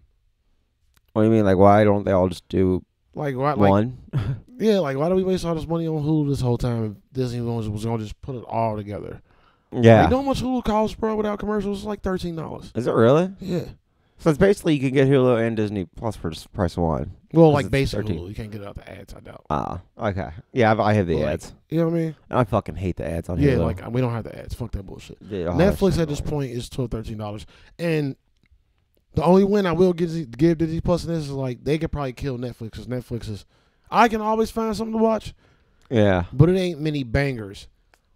[SPEAKER 1] What do you mean? Like, why don't they all just do
[SPEAKER 3] Like, why? Like,
[SPEAKER 1] one?
[SPEAKER 3] Yeah, like why do we waste all this money on Hulu this whole time? If Disney was, was gonna just put it all together.
[SPEAKER 1] Yeah.
[SPEAKER 3] you know how much Hulu costs, bro? Without commercials, it's like thirteen dollars.
[SPEAKER 1] Is it really?
[SPEAKER 3] Yeah.
[SPEAKER 1] So it's basically you can get Hulu and Disney Plus for just the price of one.
[SPEAKER 3] Well,
[SPEAKER 1] it's
[SPEAKER 3] like basic
[SPEAKER 1] 13.
[SPEAKER 3] Hulu, you can't get it out the ads. I doubt.
[SPEAKER 1] Ah, okay. Yeah, I've, I have the
[SPEAKER 3] Well, like,
[SPEAKER 1] ads.
[SPEAKER 3] You know what I mean?
[SPEAKER 1] And I fucking hate the ads on
[SPEAKER 3] yeah,
[SPEAKER 1] Hulu.
[SPEAKER 3] like we don't have the ads. Fuck that bullshit.
[SPEAKER 1] Yeah, oh,
[SPEAKER 3] Netflix
[SPEAKER 1] shit,
[SPEAKER 3] at this
[SPEAKER 1] like-
[SPEAKER 3] point is twelve, thirteen dollars, and the only win I will give give Disney Plus in this is like they could probably kill Netflix because Netflix is. I can always find something to watch,
[SPEAKER 1] Yeah.
[SPEAKER 3] but it ain't many bangers.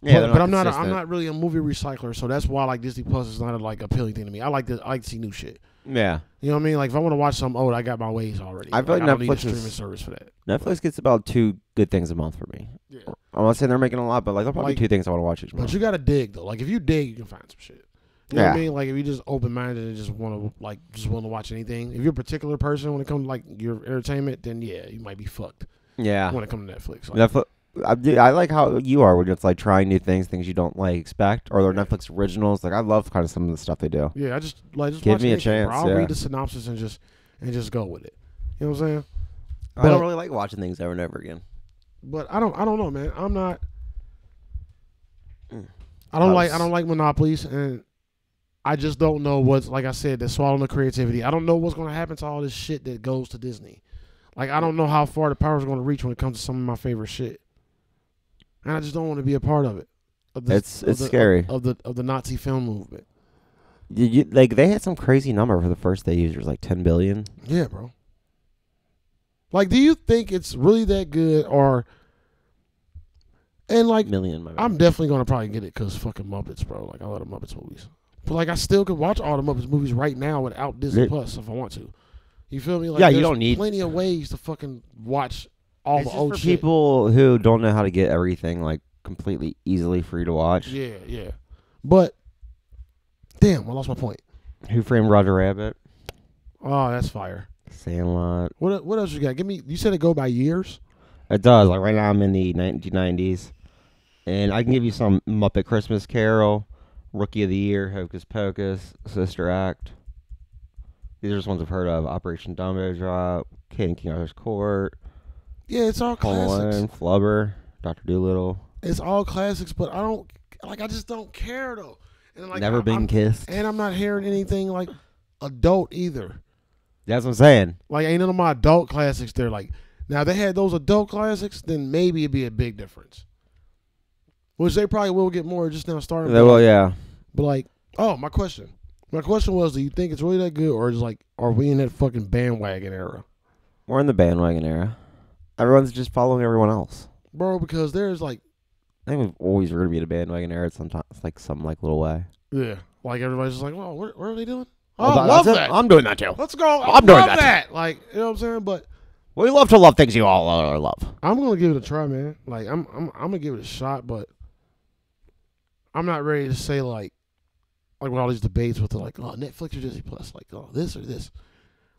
[SPEAKER 1] Yeah,
[SPEAKER 3] but,
[SPEAKER 1] they're
[SPEAKER 3] but I'm not. A, I'm
[SPEAKER 1] consistent.
[SPEAKER 3] not really a movie recycler, so that's why like Disney Plus is not a, like appealing thing to me. I like to. I like to see new shit.
[SPEAKER 1] Yeah.
[SPEAKER 3] You know what I mean? Like if I want to watch something old, I got my ways already.
[SPEAKER 1] I feel like
[SPEAKER 3] I don't need a
[SPEAKER 1] Netflix is-
[SPEAKER 3] streaming service for that.
[SPEAKER 1] Netflix gets about two good things a month for me.
[SPEAKER 3] Yeah.
[SPEAKER 1] I'm not saying they're making a lot, but like there'll probably
[SPEAKER 3] Like-
[SPEAKER 1] two things I want to watch each
[SPEAKER 3] But
[SPEAKER 1] month.
[SPEAKER 3] you gotta dig though. Like if you dig, you can find some shit. You know what I
[SPEAKER 1] Yeah.
[SPEAKER 3] mean? Like if you just open minded and just want to like just want to watch anything. If you're a particular person when it comes to, like your entertainment, then yeah, you might be fucked
[SPEAKER 1] yeah.
[SPEAKER 3] when it comes to Netflix. Like,
[SPEAKER 1] Netflix. I, do- I like how you are when it's like trying new things, things you don't like expect, or they're Netflix originals. Like I love kind of some of the stuff they do.
[SPEAKER 3] Yeah, I just like just
[SPEAKER 1] Give
[SPEAKER 3] watch
[SPEAKER 1] me a
[SPEAKER 3] anything, bro.
[SPEAKER 1] chance,
[SPEAKER 3] I'll
[SPEAKER 1] yeah.
[SPEAKER 3] read the synopsis and just and just go with it. You know what I'm saying?
[SPEAKER 1] I don't
[SPEAKER 3] But-
[SPEAKER 1] really like watching things over and over again.
[SPEAKER 3] But I don't I don't know, man. I'm not I don't
[SPEAKER 1] Mm. I
[SPEAKER 3] like I
[SPEAKER 1] was-
[SPEAKER 3] don't like monopolies and I just don't know what's like I said, they're swallowing the creativity. I don't know what's gonna happen to all this shit that goes to Disney. Like I don't know how far the power's gonna reach when it comes to some of my favorite shit. And I just don't want to be a part of it. Of the-
[SPEAKER 1] It's-
[SPEAKER 3] of
[SPEAKER 1] it's
[SPEAKER 3] the- uh,
[SPEAKER 1] scary.
[SPEAKER 3] Of the of the Nazi film movement.
[SPEAKER 1] You, you, like they had some crazy number for the first day users, like 10 billion.
[SPEAKER 3] Yeah, bro. Like, do you think it's really that good or and like
[SPEAKER 1] million. My
[SPEAKER 3] I'm definitely gonna probably get it because fucking Muppets, bro. Like I love the Muppets movies, but like I still could watch all the Muppets movies right now without Disney
[SPEAKER 1] Yeah.
[SPEAKER 3] Plus if I want to. You feel me? Like,
[SPEAKER 1] Yeah, you
[SPEAKER 3] there's
[SPEAKER 1] don't need-
[SPEAKER 3] plenty of ways to fucking watch all
[SPEAKER 1] it's
[SPEAKER 3] the
[SPEAKER 1] just
[SPEAKER 3] old
[SPEAKER 1] for
[SPEAKER 3] shit.
[SPEAKER 1] people who don't know how to get everything like completely easily for you to watch.
[SPEAKER 3] Yeah, yeah. But damn, I lost my point.
[SPEAKER 1] Who framed Roger Rabbit?
[SPEAKER 3] Oh, that's fire.
[SPEAKER 1] Sandlot.
[SPEAKER 3] What el- what else you got? Give me. You said it go by years.
[SPEAKER 1] It does. Like right now, I'm in the 1990s, and I can give you some Muppet Christmas Carol, Rookie of the Year, Hocus Pocus, Sister Act. These are just ones I've heard of: Operation Dumbo Drop, Kid and King Arthur's Court,
[SPEAKER 3] Yeah, it's
[SPEAKER 1] Home
[SPEAKER 3] all classics.
[SPEAKER 1] Alone, Flubber, Doctor Doolittle,
[SPEAKER 3] It's all classics, but I don't like. I just don't care though. And like,
[SPEAKER 1] Never
[SPEAKER 3] I-
[SPEAKER 1] Been
[SPEAKER 3] I'm-
[SPEAKER 1] Kissed.
[SPEAKER 3] and I'm not hearing anything like adult either.
[SPEAKER 1] That's what I'm saying.
[SPEAKER 3] Like ain't none of my adult classics there. Like now if they had those adult classics, then maybe it'd be a big difference. Which they probably will get more just now starting.
[SPEAKER 1] Well, yeah.
[SPEAKER 3] But like, oh, my question. My question was, do you think it's really that good, or is like, are we in that fucking bandwagon era,
[SPEAKER 1] We're in the bandwagon era. Everyone's just following everyone else.
[SPEAKER 3] bro? Because there's like,
[SPEAKER 1] I think we've always were gonna be in a bandwagon era. Sometimes, like some like little way.
[SPEAKER 3] yeah, like everybody's just like, well, what, what are they doing? Oh,
[SPEAKER 1] Well,
[SPEAKER 3] I
[SPEAKER 1] that-
[SPEAKER 3] love
[SPEAKER 1] that's it.
[SPEAKER 3] that.
[SPEAKER 1] I'm doing that too.
[SPEAKER 3] Let's go. I
[SPEAKER 1] I'm doing
[SPEAKER 3] love
[SPEAKER 1] that.
[SPEAKER 3] Like, you know what I'm saying? But
[SPEAKER 1] We love to love things you all uh, love.
[SPEAKER 3] I'm gonna give it a try, man. Like I'm I'm I'm gonna give it a shot, but I'm not ready to say like like with all these debates with the like oh Netflix or Disney Plus, like oh this or this.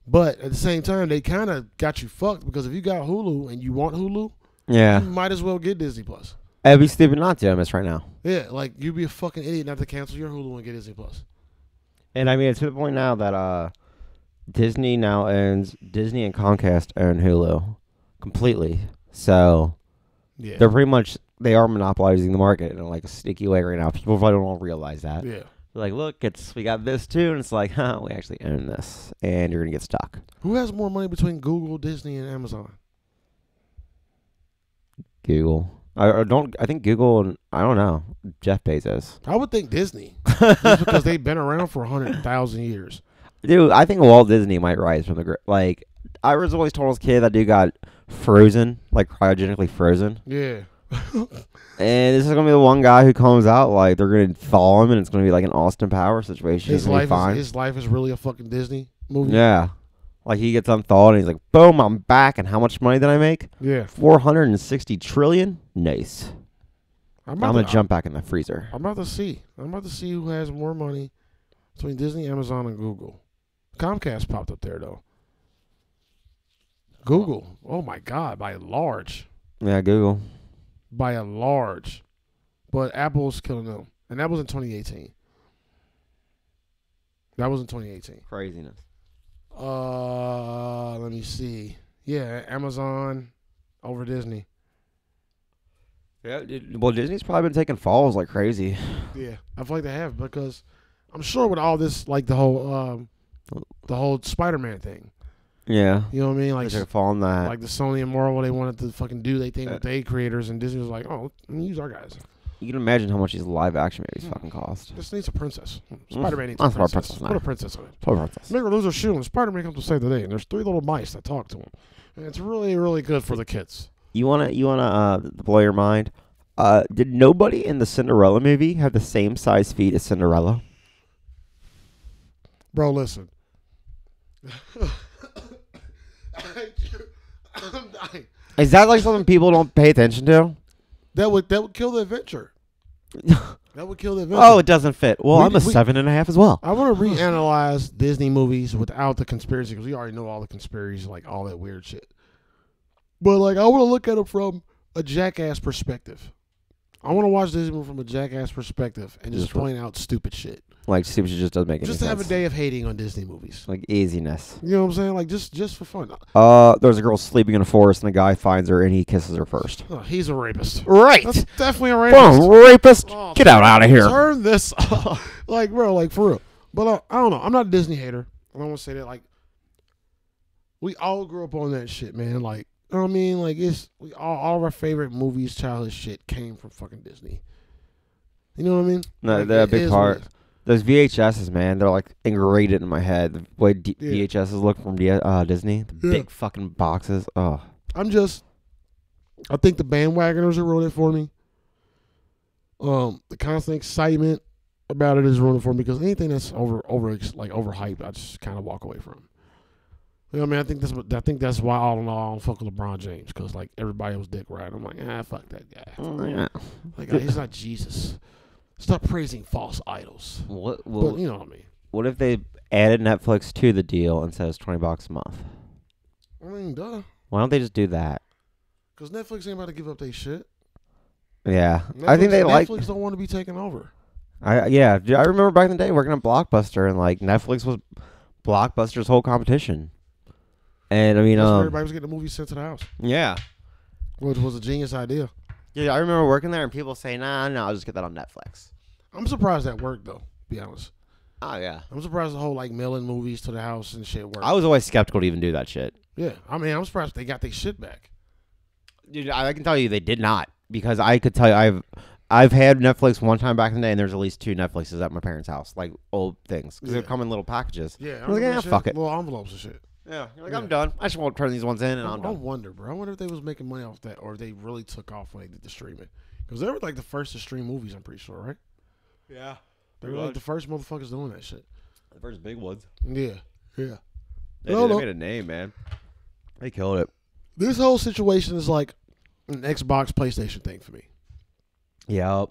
[SPEAKER 3] But at the same time, they kind of got you fucked because if you got Hulu and you want Hulu,
[SPEAKER 1] Yeah.
[SPEAKER 3] you might as well get Disney Plus.
[SPEAKER 1] I'd be stupid not to. I miss right now.
[SPEAKER 3] Yeah, like you'd be a fucking idiot not to cancel your Hulu and get Disney Plus.
[SPEAKER 1] And I mean, it's to the point now that uh, Disney now owns Disney and Comcast own Hulu completely. So
[SPEAKER 3] Yeah,
[SPEAKER 1] they're pretty much they are monopolizing the market in like a sneaky way right now. People probably don't realize that.
[SPEAKER 3] yeah.
[SPEAKER 1] Like, look, it's we got this too, and it's like, huh, we actually own this, and you're gonna get stuck.
[SPEAKER 3] Who has more money between Google, Disney, and Amazon?
[SPEAKER 1] Google. I, I don't. I think Google and I don't know Jeff Bezos.
[SPEAKER 3] I would think Disney, just because they've been around for hundred thousand years.
[SPEAKER 1] Dude, I think Walt Disney might rise from the grave. Like, I was always told as a kid that dude got frozen, like cryogenically frozen.
[SPEAKER 3] Yeah,
[SPEAKER 1] And this is gonna be the one guy who comes out like they're gonna thaw him, and it's gonna be like an Austin Power situation.
[SPEAKER 3] his
[SPEAKER 1] He's gonna be
[SPEAKER 3] life,
[SPEAKER 1] fine.
[SPEAKER 3] is, his life is really a fucking Disney movie.
[SPEAKER 1] yeah, like he gets unthawed, and he's like, "Boom, I'm back." And how much money did I make?
[SPEAKER 3] yeah.
[SPEAKER 1] Four hundred and sixty trillion. Nice.
[SPEAKER 3] I'm
[SPEAKER 1] I'm
[SPEAKER 3] about
[SPEAKER 1] gonna
[SPEAKER 3] to,
[SPEAKER 1] jump back in the freezer.
[SPEAKER 3] I'm about to see. I'm about to see who has more money between Disney, Amazon, and Google. Comcast popped up there though. Google. Oh my God! By large,
[SPEAKER 1] Yeah, Google.
[SPEAKER 3] by a large, but Apple's killing them, and that was in 2018. That was in 2018.
[SPEAKER 1] Craziness.
[SPEAKER 3] Uh, let me see. Yeah, Amazon over Disney.
[SPEAKER 1] Yeah. well, Disney's probably been taking falls like crazy.
[SPEAKER 3] Yeah, I feel like they have because I'm sure with all this, like the whole, um, the whole Spider-Man thing.
[SPEAKER 1] Yeah.
[SPEAKER 3] You know what I mean?
[SPEAKER 1] They
[SPEAKER 3] Like,
[SPEAKER 1] took a Uh, fall on that.
[SPEAKER 3] like the Sony and Marvel, they wanted to fucking do they thing with their creators, and Disney was like, oh, let me use our guys.
[SPEAKER 1] you can imagine how much these live action movies fucking cost.
[SPEAKER 3] This needs a princess. Spider-Man needs a
[SPEAKER 1] Mm-hmm. That's what a princess
[SPEAKER 3] princess. Put a
[SPEAKER 1] now.
[SPEAKER 3] princess on it.
[SPEAKER 1] Poor princess.
[SPEAKER 3] Make her lose her shoe, and Spider-Man comes to save the day, and there's three little mice that talk to him. And it's really, really good for the kids.
[SPEAKER 1] You wanna you wanna uh, blow your mind? Uh, did nobody in the Cinderella movie have the same size feet as Cinderella?
[SPEAKER 3] Bro, listen.
[SPEAKER 1] Is that like something people don't pay attention to?
[SPEAKER 3] That would that would kill the adventure. That would kill the adventure.
[SPEAKER 1] oh, it doesn't fit. Well,
[SPEAKER 3] We-
[SPEAKER 1] I'm a
[SPEAKER 3] we-
[SPEAKER 1] seven and a half as well.
[SPEAKER 3] I want to reanalyze Disney movies without the conspiracy because we already know all the conspiracies, like all that weird shit. But like, I want to look at it from a jackass perspective. I want to watch Disney movie from a jackass perspective and just
[SPEAKER 1] Just re-
[SPEAKER 3] point out stupid shit.
[SPEAKER 1] Like, stupid shit just doesn't make any
[SPEAKER 3] Just to
[SPEAKER 1] sense.
[SPEAKER 3] have a day of hating on Disney movies.
[SPEAKER 1] Like easiness.
[SPEAKER 3] You know what I'm saying? Like just just for fun.
[SPEAKER 1] Uh, there's a girl sleeping in a forest, and a guy finds her, and he kisses her first.
[SPEAKER 3] Oh, he's a rapist.
[SPEAKER 1] Right.
[SPEAKER 3] That's definitely a rapist.
[SPEAKER 1] Boom, rapist.
[SPEAKER 3] Oh,
[SPEAKER 1] Get out out of here.
[SPEAKER 3] Turn this off. like, bro, like for real. But uh, I don't know. I'm not a Disney hater. I don't want to say that. Like, we all grew up on that shit, man. Like, you know what I mean, like it's we all, all of our favorite movies, childhood shit came from fucking Disney. You know what I mean?
[SPEAKER 1] No,
[SPEAKER 3] Like,
[SPEAKER 1] they're a
[SPEAKER 3] it
[SPEAKER 1] big
[SPEAKER 3] is what
[SPEAKER 1] part.
[SPEAKER 3] it is.
[SPEAKER 1] Those VHSs, man, they're like ingrained in my head. The way D-
[SPEAKER 3] Yeah.
[SPEAKER 1] VHSs look from D- uh, Disney, the
[SPEAKER 3] Yeah.
[SPEAKER 1] big fucking boxes. Oh,
[SPEAKER 3] I'm just. I think the bandwagoners are ruined it for me. Um, the constant excitement about it is ruined it for me because anything that's over over like overhyped, I just kind of walk away from. You know what I mean? I think that's what I think that's why all in all I don't fuck with LeBron James because like everybody was dick riding. I'm like, ah, fuck that guy.
[SPEAKER 1] yeah.
[SPEAKER 3] Like "Ah, he's not Jesus. Stop praising false idols.
[SPEAKER 1] What,
[SPEAKER 3] But
[SPEAKER 1] what,
[SPEAKER 3] you know what I mean.
[SPEAKER 1] what if they added Netflix to the deal and says twenty bucks a month?
[SPEAKER 3] I mean, duh.
[SPEAKER 1] Why don't they just do that?
[SPEAKER 3] Because Netflix ain't about to give up their shit.
[SPEAKER 1] Yeah,
[SPEAKER 3] Netflix,
[SPEAKER 1] I think they like.
[SPEAKER 3] Netflix don't want to be taken over.
[SPEAKER 1] I yeah, dude, I remember back in the day working at Blockbuster and like Netflix was Blockbuster's whole competition. And I mean,
[SPEAKER 3] That's where
[SPEAKER 1] um,
[SPEAKER 3] everybody was getting the movies sent to the house,
[SPEAKER 1] yeah,
[SPEAKER 3] which was a genius idea.
[SPEAKER 1] yeah, I remember working there and people saying, "Nah, no, I'll just get that on Netflix."
[SPEAKER 3] I'm surprised that worked though. Be honest,
[SPEAKER 1] Oh yeah,
[SPEAKER 3] I'm surprised the whole like mailing movies to the house and shit worked.
[SPEAKER 1] I was always skeptical to even do that shit.
[SPEAKER 3] yeah, I mean, I'm surprised they got their shit back.
[SPEAKER 1] Dude, I I can tell you they did not because I could tell you I've I've had Netflix one time back in the day, and there's at least two Netflixes at my parents' house, like old things, because they
[SPEAKER 3] Yeah.
[SPEAKER 1] come in little packages. I
[SPEAKER 3] Yeah,
[SPEAKER 1] was like,
[SPEAKER 3] remember
[SPEAKER 1] yeah,
[SPEAKER 3] that
[SPEAKER 1] fuck
[SPEAKER 3] shit,
[SPEAKER 1] it.
[SPEAKER 3] Little envelopes and shit.
[SPEAKER 1] Yeah, you're like
[SPEAKER 3] Yeah.
[SPEAKER 1] I'm done. I just won't turn these ones in, and
[SPEAKER 3] I,
[SPEAKER 1] I'm
[SPEAKER 3] I
[SPEAKER 1] done.
[SPEAKER 3] wonder, bro. I wonder if they was making money off that, or if they really took off when they did the streaming. Because they were like the first to stream movies. I'm pretty sure, right?
[SPEAKER 1] Yeah,
[SPEAKER 3] They were like the first motherfuckers doing that shit.
[SPEAKER 1] the first big ones.
[SPEAKER 3] Yeah, yeah.
[SPEAKER 1] They,
[SPEAKER 3] No,
[SPEAKER 1] did, they
[SPEAKER 3] no.
[SPEAKER 1] made a name, man. They killed it.
[SPEAKER 3] This whole situation is like an Xbox, PlayStation thing for me.
[SPEAKER 1] Yep.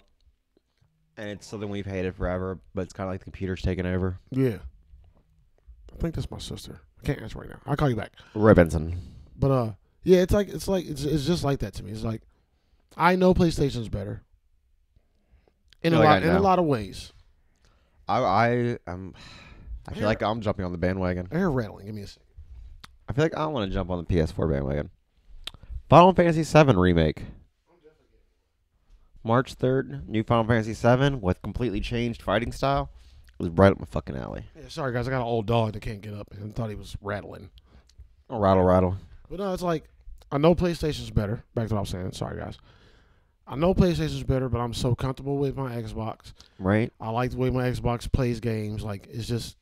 [SPEAKER 1] And it's something we've hated forever, but it's kind of like the computer's taking over.
[SPEAKER 3] Yeah. I think that's my sister. Can't answer right now. I'll call you back.
[SPEAKER 1] Ribbenson.
[SPEAKER 3] But uh, yeah, it's like it's like it's, it's just like that to me. It's like I know PlayStation's better in a
[SPEAKER 1] Like I
[SPEAKER 3] lot in a
[SPEAKER 1] know.
[SPEAKER 3] lot of ways.
[SPEAKER 1] I I am. I feel like I'm jumping on the bandwagon.
[SPEAKER 3] I hear rattling. Give me a second.
[SPEAKER 1] I feel like I want to jump on the PS4 bandwagon. Final Fantasy VII remake. March 3rd, new Final Fantasy VII with completely changed fighting style. It was right up my fucking alley.
[SPEAKER 3] Yeah, sorry guys, I got an old dog that can't get up and thought he was rattling.
[SPEAKER 1] Oh, rattle, rattle.
[SPEAKER 3] But no, it's like I know PlayStation's better. Back to what I was saying. Sorry guys. I know PlayStation's better, but I'm so comfortable with my Xbox.
[SPEAKER 1] Right?
[SPEAKER 3] I like the way my Xbox plays games. Like it's just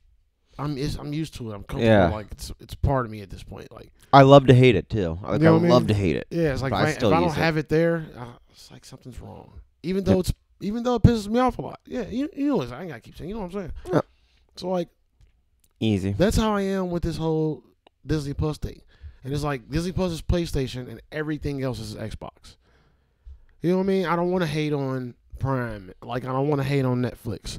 [SPEAKER 3] I'm it's, I'm used to it. I'm comfortable.
[SPEAKER 1] Yeah.
[SPEAKER 3] Like it's it's part of me at this point. Like
[SPEAKER 1] I love to hate it, too. I, like,
[SPEAKER 3] You know
[SPEAKER 1] I
[SPEAKER 3] what I mean?
[SPEAKER 1] love to hate it.
[SPEAKER 3] yeah, it's like
[SPEAKER 1] But I
[SPEAKER 3] man, if I
[SPEAKER 1] still
[SPEAKER 3] don't
[SPEAKER 1] use it.
[SPEAKER 3] have it there, uh, it's like something's wrong. Even though it's even though it pisses me off a lot. Yeah, you you know what I ain't gotta keep saying. You know what I'm saying?
[SPEAKER 1] Yeah.
[SPEAKER 3] So like
[SPEAKER 1] Easy.
[SPEAKER 3] that's how I am with this whole Disney Plus thing. And it's like Disney Plus is PlayStation and everything else is Xbox. You know what I mean? I don't want to hate on Prime. Like I don't want to hate on Netflix.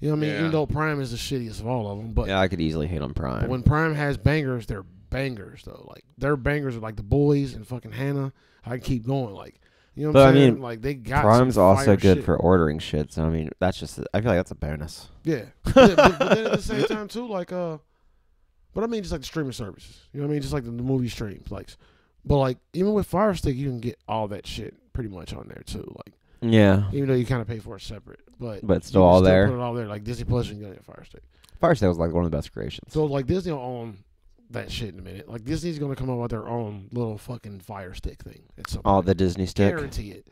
[SPEAKER 3] You know what I mean?
[SPEAKER 1] Yeah.
[SPEAKER 3] Even though Prime is the shittiest of all of them, but
[SPEAKER 1] yeah, I could easily hate on Prime.
[SPEAKER 3] but when Prime has bangers, they're bangers though. Like their bangers are like the boys and fucking Hannah. I can keep going. Like you know what
[SPEAKER 1] But,
[SPEAKER 3] I'm
[SPEAKER 1] I
[SPEAKER 3] saying?
[SPEAKER 1] mean,
[SPEAKER 3] like they got some
[SPEAKER 1] Prime's also
[SPEAKER 3] fire
[SPEAKER 1] good
[SPEAKER 3] shit.
[SPEAKER 1] for ordering shit, so I mean, that's just, I feel like that's a bonus.
[SPEAKER 3] Yeah. but, but then at the same time too, like uh but I mean just like the streaming services. You know what I mean? Just like the, the movie streams, like but like even with Fire Stick you can get all that shit pretty much on there too. Like
[SPEAKER 1] Yeah.
[SPEAKER 3] even though you kinda pay for it separate. But
[SPEAKER 1] But
[SPEAKER 3] you
[SPEAKER 1] still
[SPEAKER 3] can
[SPEAKER 1] all
[SPEAKER 3] still
[SPEAKER 1] there.
[SPEAKER 3] Put it all there. Like Disney Plus you can get it on Fire Stick.
[SPEAKER 1] Fire Stick was like one of the best creations.
[SPEAKER 3] So like Disney will own that shit in a minute. Like Disney's gonna come up with their own little fucking fire stick thing. It's
[SPEAKER 1] Oh, the Disney stick.
[SPEAKER 3] guarantee it.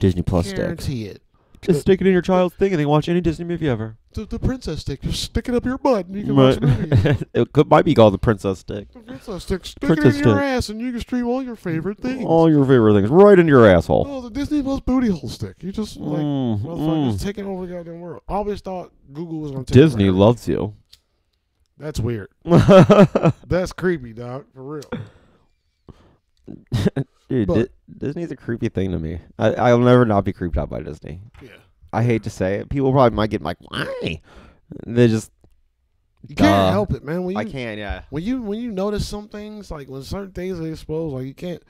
[SPEAKER 1] Disney Plus stick.
[SPEAKER 3] guarantee it.
[SPEAKER 1] Just stick it in your child's thing and they watch any Disney movie ever.
[SPEAKER 3] The, the princess stick. Just stick it up your butt and you can watch movies.
[SPEAKER 1] it could, might be called the Princess Stick.
[SPEAKER 3] The princess stick. Stick
[SPEAKER 1] Princess
[SPEAKER 3] it in your
[SPEAKER 1] stick. Mm-hmm. Oh.
[SPEAKER 3] ass and you can stream all your favorite things.
[SPEAKER 1] All your favorite things right into your asshole.
[SPEAKER 3] Oh, the Disney Plus booty hole stick. You just like
[SPEAKER 1] Mm,
[SPEAKER 3] motherfuckers
[SPEAKER 1] mm.
[SPEAKER 3] taking over the goddamn world. I always thought Google was gonna take
[SPEAKER 1] Disney
[SPEAKER 3] over.
[SPEAKER 1] loves you.
[SPEAKER 3] That's weird.
[SPEAKER 1] Dude,
[SPEAKER 3] That's creepy, dog. For real.
[SPEAKER 1] Di-
[SPEAKER 3] But-
[SPEAKER 1] Disney's a creepy thing to me. I, I'll never not be creeped out by Disney.
[SPEAKER 3] Yeah.
[SPEAKER 1] I hate to say it. People probably might get like, why? They just,
[SPEAKER 3] You can't
[SPEAKER 1] Duh.
[SPEAKER 3] help it, man. When you
[SPEAKER 1] I can't, yeah.
[SPEAKER 3] when you when you notice some things, like when certain things are exposed, like you can't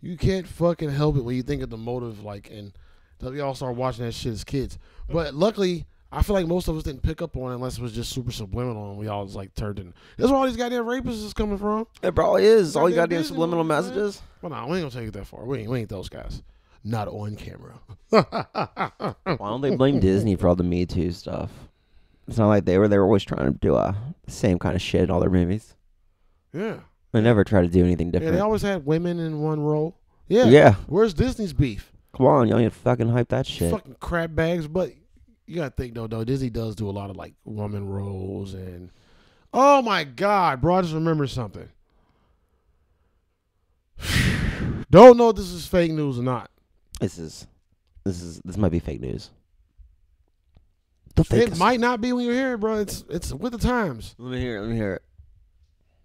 [SPEAKER 3] you can't fucking help it when you think of the motive, like and that we all start watching that shit as kids. But luckily, I feel like most of us didn't pick up on it unless it was just super subliminal and we all was like turned in. That's where all these goddamn rapists is coming from.
[SPEAKER 1] It probably is. All you
[SPEAKER 3] Goddamn
[SPEAKER 1] gotta do is
[SPEAKER 3] Disney
[SPEAKER 1] subliminal
[SPEAKER 3] movies, man.
[SPEAKER 1] messages.
[SPEAKER 3] But nah, we ain't gonna take it that far. We ain't, we ain't those guys. Not on camera.
[SPEAKER 1] Why don't they blame Disney for all the Me Too stuff? It's not like they were they were always trying to do uh, the same kind of shit in all their movies.
[SPEAKER 3] Yeah.
[SPEAKER 1] They never try to do anything
[SPEAKER 3] Yeah, they
[SPEAKER 1] different.
[SPEAKER 3] always had women in one role. Yeah.
[SPEAKER 1] Yeah,
[SPEAKER 3] Where's Disney's beef?
[SPEAKER 1] come on, y'all need to fucking hype that shit.
[SPEAKER 3] Fucking crap bags, but you gotta think though, though Disney does do a lot of like woman roles and oh my god, bro, I just remembered something. Don't know if this is fake news or not.
[SPEAKER 1] This is, this is, this might be fake news. The
[SPEAKER 3] It might not be when you hear it, bro. It's it's with the times.
[SPEAKER 1] Let me hear it. Let me hear it.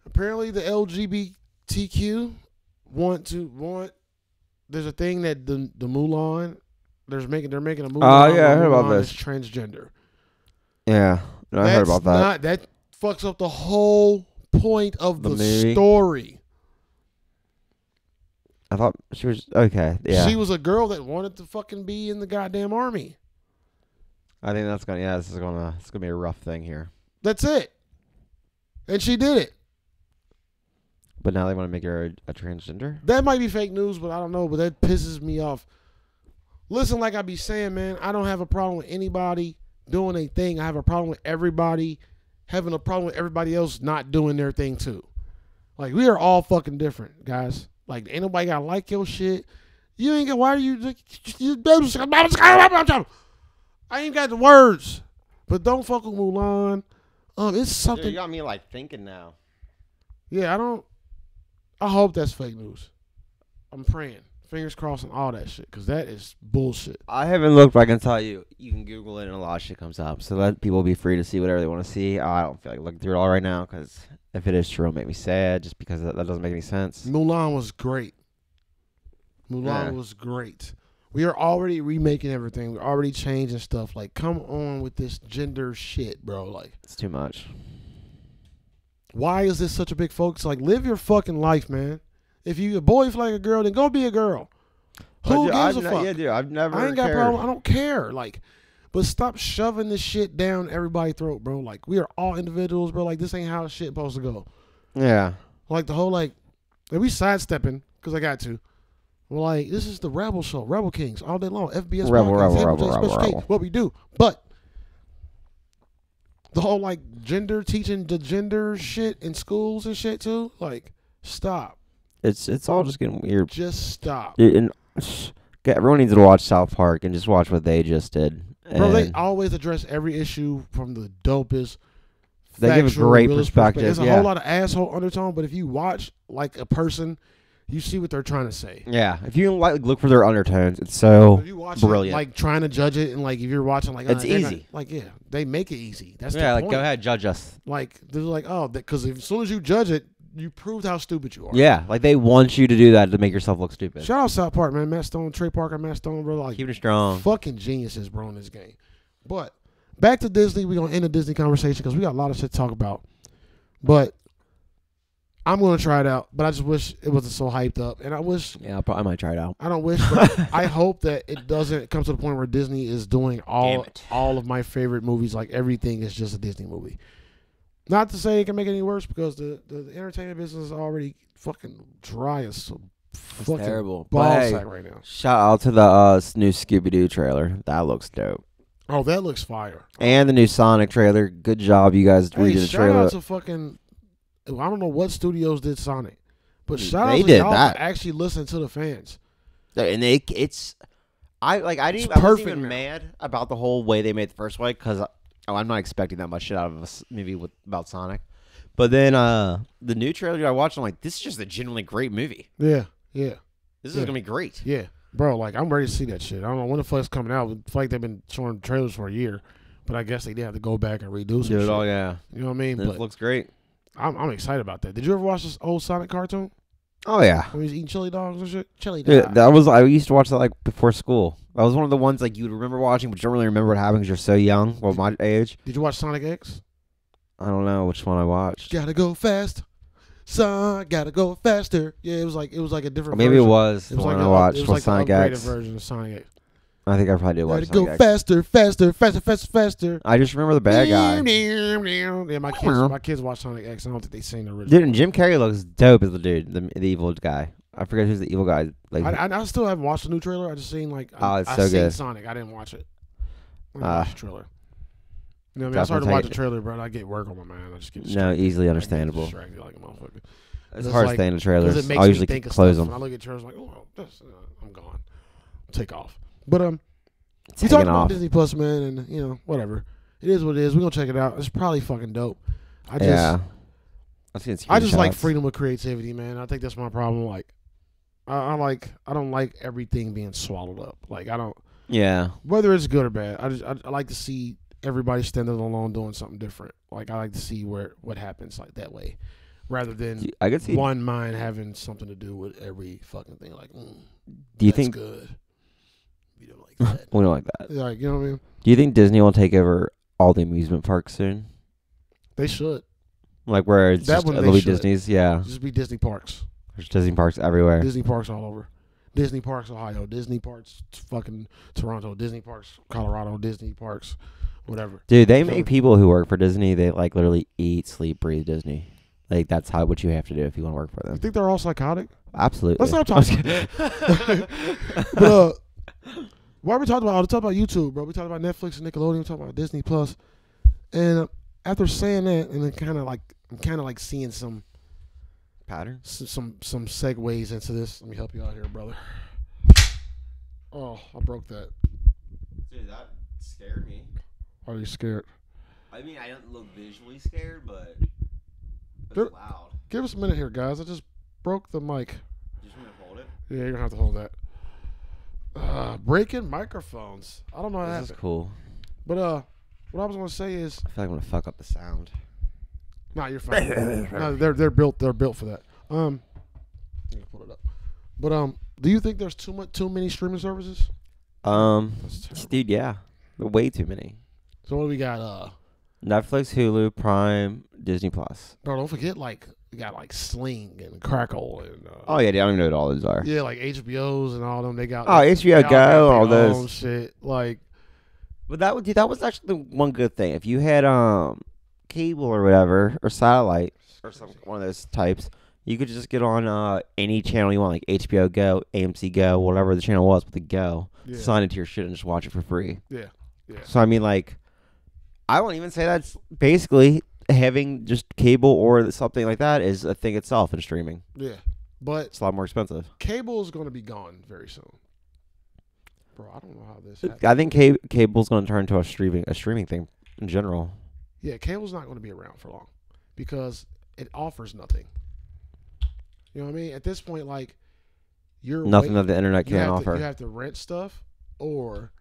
[SPEAKER 3] apparently the LGBTQ want to want. There's a thing that the the Mulan, there's making they're making a Mulan.
[SPEAKER 1] Ah, yeah, I
[SPEAKER 3] where
[SPEAKER 1] heard about
[SPEAKER 3] Mulan
[SPEAKER 1] this.
[SPEAKER 3] is Transgender.
[SPEAKER 1] Yeah, no, I heard
[SPEAKER 3] That's
[SPEAKER 1] about that.
[SPEAKER 3] Not, that fucks up the whole point of
[SPEAKER 1] The
[SPEAKER 3] the,
[SPEAKER 1] movie?
[SPEAKER 3] story.
[SPEAKER 1] I thought she was okay. Yeah,
[SPEAKER 3] She was a girl that wanted to fucking be in the goddamn army.
[SPEAKER 1] I think that's gonna. Yeah, this is gonna. It's gonna be a rough thing here.
[SPEAKER 3] That's it. And she did it.
[SPEAKER 1] But now they want to make her a, a transgender.
[SPEAKER 3] That might be fake news, but I don't know. But that pisses me off. Listen, like I be saying, man, I don't have a problem with anybody doing a thing. I have a problem with everybody having a problem with everybody else not doing their thing too. Like we are all fucking different, guys. Like ain't nobody gotta like your shit. You ain't got. Why are you? I ain't got the words, but don't fuck with Mulan. Um, it's something.
[SPEAKER 1] got me like thinking now.
[SPEAKER 3] Yeah, I don't. I hope that's fake news. I'm praying, fingers crossed, and all that shit, because that is bullshit.
[SPEAKER 1] I haven't looked, but I can tell you, you can Google it and a lot of shit comes up. So let people be free to see whatever they want to see. I don't feel like looking through it all right now because if it is true, it'll make me sad just because that, that doesn't make any sense.
[SPEAKER 3] Mulan was great. Mulan
[SPEAKER 1] Yeah.
[SPEAKER 3] was great. We are already remaking everything. We're already changing stuff. Like, come on with this gender shit, bro. Like,
[SPEAKER 1] It's too much.
[SPEAKER 3] why is this such a big focus? Like, live your fucking life, man. If you a boy if you like a girl, then go be a girl. Who
[SPEAKER 1] But, dude,
[SPEAKER 3] gives
[SPEAKER 1] I've
[SPEAKER 3] a
[SPEAKER 1] ne-
[SPEAKER 3] fuck?
[SPEAKER 1] Yeah, dude, I've never.
[SPEAKER 3] I ain't got
[SPEAKER 1] cared.
[SPEAKER 3] problem. I don't care. Like, but stop shoving this shit down everybody's throat, bro. Like, we are all individuals, bro. Like, this ain't how shit supposed to go.
[SPEAKER 1] Yeah.
[SPEAKER 3] Like the whole like, and we sidestepping because I got to. Well, like this is the Rebel Show, Rebel Kings all day long. FBS
[SPEAKER 1] Rebel, Rebel,
[SPEAKER 3] podcast, Hamilton
[SPEAKER 1] Rebel,
[SPEAKER 3] Special
[SPEAKER 1] Rebel,
[SPEAKER 3] K,
[SPEAKER 1] Rebel.
[SPEAKER 3] What we do, but the whole like gender teaching the gender shit in schools and shit too. Like, stop,
[SPEAKER 1] It's it's all just getting weird.
[SPEAKER 3] just stop,
[SPEAKER 1] Dude, and God, everyone needs to watch South Park and just watch what they just did.
[SPEAKER 3] bro. They
[SPEAKER 1] And
[SPEAKER 3] always address every issue from the dopest.
[SPEAKER 1] They give a
[SPEAKER 3] factual,
[SPEAKER 1] great
[SPEAKER 3] realest perspe-
[SPEAKER 1] perspective,
[SPEAKER 3] There's a
[SPEAKER 1] yeah.
[SPEAKER 3] whole lot of asshole undertone, but if you watch like a person, you see what they're trying to say.
[SPEAKER 1] yeah, if you like look for their undertones, it's so
[SPEAKER 3] If you watch
[SPEAKER 1] Oh, brilliant.
[SPEAKER 3] It, like trying to judge it, and like if you're watching, like uh,
[SPEAKER 1] It's
[SPEAKER 3] they're not-
[SPEAKER 1] easy.
[SPEAKER 3] like yeah, they make it easy. That's
[SPEAKER 1] yeah,
[SPEAKER 3] the
[SPEAKER 1] like
[SPEAKER 3] point.
[SPEAKER 1] go ahead, judge us.
[SPEAKER 3] Like they're like oh, because as soon as you judge it, you proved how stupid you are.
[SPEAKER 1] Yeah, like they want you to do that to make yourself look stupid.
[SPEAKER 3] Shout out South Park, man. Matt Stone, Trey Parker, Matt Stone, bro. Like
[SPEAKER 1] Keep it strong.
[SPEAKER 3] fucking geniuses, bro, in this game. But back to Disney. We're gonna end the Disney conversation because we got a lot of shit to talk about. But I'm gonna try it out. But I just wish it wasn't so hyped up, and I wish
[SPEAKER 1] Yeah, I probably might try it out.
[SPEAKER 3] I don't wish, but I hope that it doesn't come to the point where Disney is doing all
[SPEAKER 1] Damn it.
[SPEAKER 3] all of my favorite movies. Like everything is just a Disney movie. Not to say it can make it any worse because the, the, the entertainment business is already fucking dry as so fucking
[SPEAKER 1] terrible.
[SPEAKER 3] ball
[SPEAKER 1] But hey,
[SPEAKER 3] sack right now.
[SPEAKER 1] Shout out to the uh, s- new Scooby Doo trailer. That looks dope.
[SPEAKER 3] Oh, that looks fire!
[SPEAKER 1] And the new Sonic trailer. Good job, you guys.
[SPEAKER 3] Hey,
[SPEAKER 1] redid the
[SPEAKER 3] shout
[SPEAKER 1] trailer.
[SPEAKER 3] out to fucking I don't know what studios did Sonic, but
[SPEAKER 1] Dude,
[SPEAKER 3] shout out
[SPEAKER 1] they
[SPEAKER 3] to
[SPEAKER 1] did
[SPEAKER 3] y'all
[SPEAKER 1] that.
[SPEAKER 3] for actually listen to the fans.
[SPEAKER 1] and they, it's, I like. I didn't.
[SPEAKER 3] It's
[SPEAKER 1] I wasn't
[SPEAKER 3] perfect
[SPEAKER 1] even
[SPEAKER 3] now.
[SPEAKER 1] mad about the whole way they made the first one because oh, I'm not expecting that much shit out of a s- movie with about Sonic. But then uh the new trailer I watched, I'm like, this is just a genuinely great movie.
[SPEAKER 3] Yeah, yeah.
[SPEAKER 1] This is
[SPEAKER 3] Yeah.
[SPEAKER 1] gonna be great.
[SPEAKER 3] Yeah, bro. Like I'm ready to see that shit. I don't know when the fuck's coming out. It's like they've been showing trailers for a year, but I guess they did have to go back and redo some shit.
[SPEAKER 1] oh, yeah,
[SPEAKER 3] You know what I mean? But
[SPEAKER 1] looks great.
[SPEAKER 3] I'm, I'm excited about that. Did you ever watch this old Sonic cartoon
[SPEAKER 1] Oh yeah.
[SPEAKER 3] when he was eating chili dogs and shit? Chili
[SPEAKER 1] Yeah,
[SPEAKER 3] dogs.
[SPEAKER 1] that was I used to watch that like before school. That was one of the ones like you would remember watching, but you don't really remember what happened because you're so young. Well, my age,
[SPEAKER 3] Did you watch Sonic X?
[SPEAKER 1] I don't know which one I watched.
[SPEAKER 3] Gotta go fast, son. Gotta go faster. Yeah, it was like it was like a different.
[SPEAKER 1] Or maybe it
[SPEAKER 3] version.
[SPEAKER 1] was the one
[SPEAKER 3] like a-
[SPEAKER 1] I watched
[SPEAKER 3] It was
[SPEAKER 1] was Sonic
[SPEAKER 3] like the upgraded
[SPEAKER 1] X.
[SPEAKER 3] version of Sonic X.
[SPEAKER 1] I think I probably did
[SPEAKER 3] Gotta
[SPEAKER 1] watch
[SPEAKER 3] go
[SPEAKER 1] Sonic X.
[SPEAKER 3] faster, faster, faster, faster, faster.
[SPEAKER 1] I just remember the bad guy.
[SPEAKER 3] Yeah, my kids, my kids watch Sonic X. I don't think they seen the original.
[SPEAKER 1] Dude, and Jim Carrey looks dope as the dude, the, the evil guy. I forget who's the evil guy. Like,
[SPEAKER 3] I, I, I still haven't watched the new trailer. I just seen like
[SPEAKER 1] Oh,
[SPEAKER 3] I,
[SPEAKER 1] it's
[SPEAKER 3] I
[SPEAKER 1] so
[SPEAKER 3] seen
[SPEAKER 1] good.
[SPEAKER 3] Sonic. I didn't watch it. I didn't
[SPEAKER 1] Ah.
[SPEAKER 3] watch the trailer. You know what I mean? I started to
[SPEAKER 1] Definitely
[SPEAKER 3] watch
[SPEAKER 1] take
[SPEAKER 3] the
[SPEAKER 1] it.
[SPEAKER 3] trailer, but I get work on my mind. I just get distracted.
[SPEAKER 1] no, easily
[SPEAKER 3] I get
[SPEAKER 1] understandable.
[SPEAKER 3] distracted like a motherfucker.
[SPEAKER 1] It's
[SPEAKER 3] It's
[SPEAKER 1] hard to
[SPEAKER 3] like-
[SPEAKER 1] stay in the
[SPEAKER 3] 'Cause
[SPEAKER 1] trailers.
[SPEAKER 3] it makes
[SPEAKER 1] I
[SPEAKER 3] me
[SPEAKER 1] usually
[SPEAKER 3] think of
[SPEAKER 1] close
[SPEAKER 3] stuff.
[SPEAKER 1] them.
[SPEAKER 3] When I look at trailers, I'm like, oh, that's, uh, I'm gone. Take off. But um,
[SPEAKER 1] It's
[SPEAKER 3] we talked
[SPEAKER 1] taking
[SPEAKER 3] about
[SPEAKER 1] off.
[SPEAKER 3] Disney Plus, man, and you know, whatever. It is what it is. We're gonna check it out. It's probably fucking dope. I just,
[SPEAKER 1] yeah. I've seen
[SPEAKER 3] I just like
[SPEAKER 1] screenshots.
[SPEAKER 3] freedom of creativity, man. I think that's my problem. Like, I, I like, I don't like everything being swallowed up. Like, I don't.
[SPEAKER 1] Yeah.
[SPEAKER 3] whether it's good or bad, I just I, I like to see everybody standing alone doing something different. Like I like to see where what happens like that way, rather than
[SPEAKER 1] I could see.
[SPEAKER 3] one mind having something to do with every fucking thing. Like, mm,
[SPEAKER 1] Do you
[SPEAKER 3] that's
[SPEAKER 1] think
[SPEAKER 3] good? You don't like that?
[SPEAKER 1] we don't like that?
[SPEAKER 3] like you know what I mean?
[SPEAKER 1] Do you think Disney will take over all the amusement parks soon?
[SPEAKER 3] They should
[SPEAKER 1] Like where it's
[SPEAKER 3] That
[SPEAKER 1] just
[SPEAKER 3] one
[SPEAKER 1] it'll
[SPEAKER 3] they
[SPEAKER 1] be
[SPEAKER 3] should.
[SPEAKER 1] Disney's, yeah.
[SPEAKER 3] just be Disney parks,
[SPEAKER 1] There's Disney parks everywhere.
[SPEAKER 3] Disney parks all over, Disney parks Ohio, Disney parks t- fucking Toronto, Disney parks Colorado, Disney parks, whatever.
[SPEAKER 1] Dude, they
[SPEAKER 3] Sure.
[SPEAKER 1] make people who work for Disney. They like literally eat, sleep, breathe Disney. Like that's how what you have to do if you want to work for
[SPEAKER 3] You
[SPEAKER 1] them.
[SPEAKER 3] think they're all psychotic?
[SPEAKER 1] Absolutely.
[SPEAKER 3] Let's not talk about but uh, why we talking about? We talking about YouTube, bro. We talking about Netflix and Nickelodeon. We talking about Disney Plus. And uh, after saying that, and then kind of like I'm kind of like seeing some
[SPEAKER 1] pattern.
[SPEAKER 3] s- some some segues into this. Let me help you out here, brother. Oh, I broke that.
[SPEAKER 1] Dude, that scared me.
[SPEAKER 3] Are you scared?
[SPEAKER 1] I mean, I don't look visually scared, but
[SPEAKER 3] it's There-
[SPEAKER 1] loud.
[SPEAKER 3] Give us a minute here, guys. I just broke the mic.
[SPEAKER 1] Just gonna hold it.
[SPEAKER 3] Yeah, you're gonna have to hold that. Uh, breaking microphones. I don't know how that
[SPEAKER 1] This is
[SPEAKER 3] happened.
[SPEAKER 1] cool.
[SPEAKER 3] But uh, what I was gonna say is,
[SPEAKER 1] I feel like I'm gonna fuck up the sound.
[SPEAKER 3] No, you're fine. no, they're they're built they're built for that. Um, I'm gonna pull it up. But um, do you think there's too much too many streaming services?
[SPEAKER 1] Um,
[SPEAKER 3] That's terrible.
[SPEAKER 1] dude, yeah, way too many.
[SPEAKER 3] So what do we got? Uh,
[SPEAKER 1] Netflix, Hulu, Prime, Disney Plus.
[SPEAKER 3] Bro, don't forget like you got like Sling and Crackle and uh,
[SPEAKER 1] Oh yeah, dude, I don't even know what all those are.
[SPEAKER 3] yeah, like HBOs and all them. They got
[SPEAKER 1] Oh, HBO
[SPEAKER 3] they all got
[SPEAKER 1] Go,
[SPEAKER 3] their
[SPEAKER 1] all
[SPEAKER 3] own
[SPEAKER 1] those.
[SPEAKER 3] shit. Like
[SPEAKER 1] But that would, dude, that was actually the one good thing. If you had um cable or whatever or satellite or some one of those types, you could just get on uh any channel you want, like HBO Go, AMC Go, whatever the channel was, but the Go,
[SPEAKER 3] yeah,
[SPEAKER 1] sign into your shit and just watch it for free.
[SPEAKER 3] yeah, yeah.
[SPEAKER 1] So I mean, like, I won't even say that's basically having just cable or something like that is a thing itself in streaming.
[SPEAKER 3] yeah. But
[SPEAKER 1] It's a lot more expensive.
[SPEAKER 3] cable's gonna be gone very soon. Bro, I don't know how this happened.
[SPEAKER 1] I think ca- cable's going to turn into a streaming a streaming thing in general.
[SPEAKER 3] Yeah, cable's not going to be around for long because it offers nothing. You know what I mean? At this point, like you're
[SPEAKER 1] Nothing
[SPEAKER 3] wait-
[SPEAKER 1] that the internet
[SPEAKER 3] you
[SPEAKER 1] can
[SPEAKER 3] have
[SPEAKER 1] offer.
[SPEAKER 3] To, you have to rent stuff, or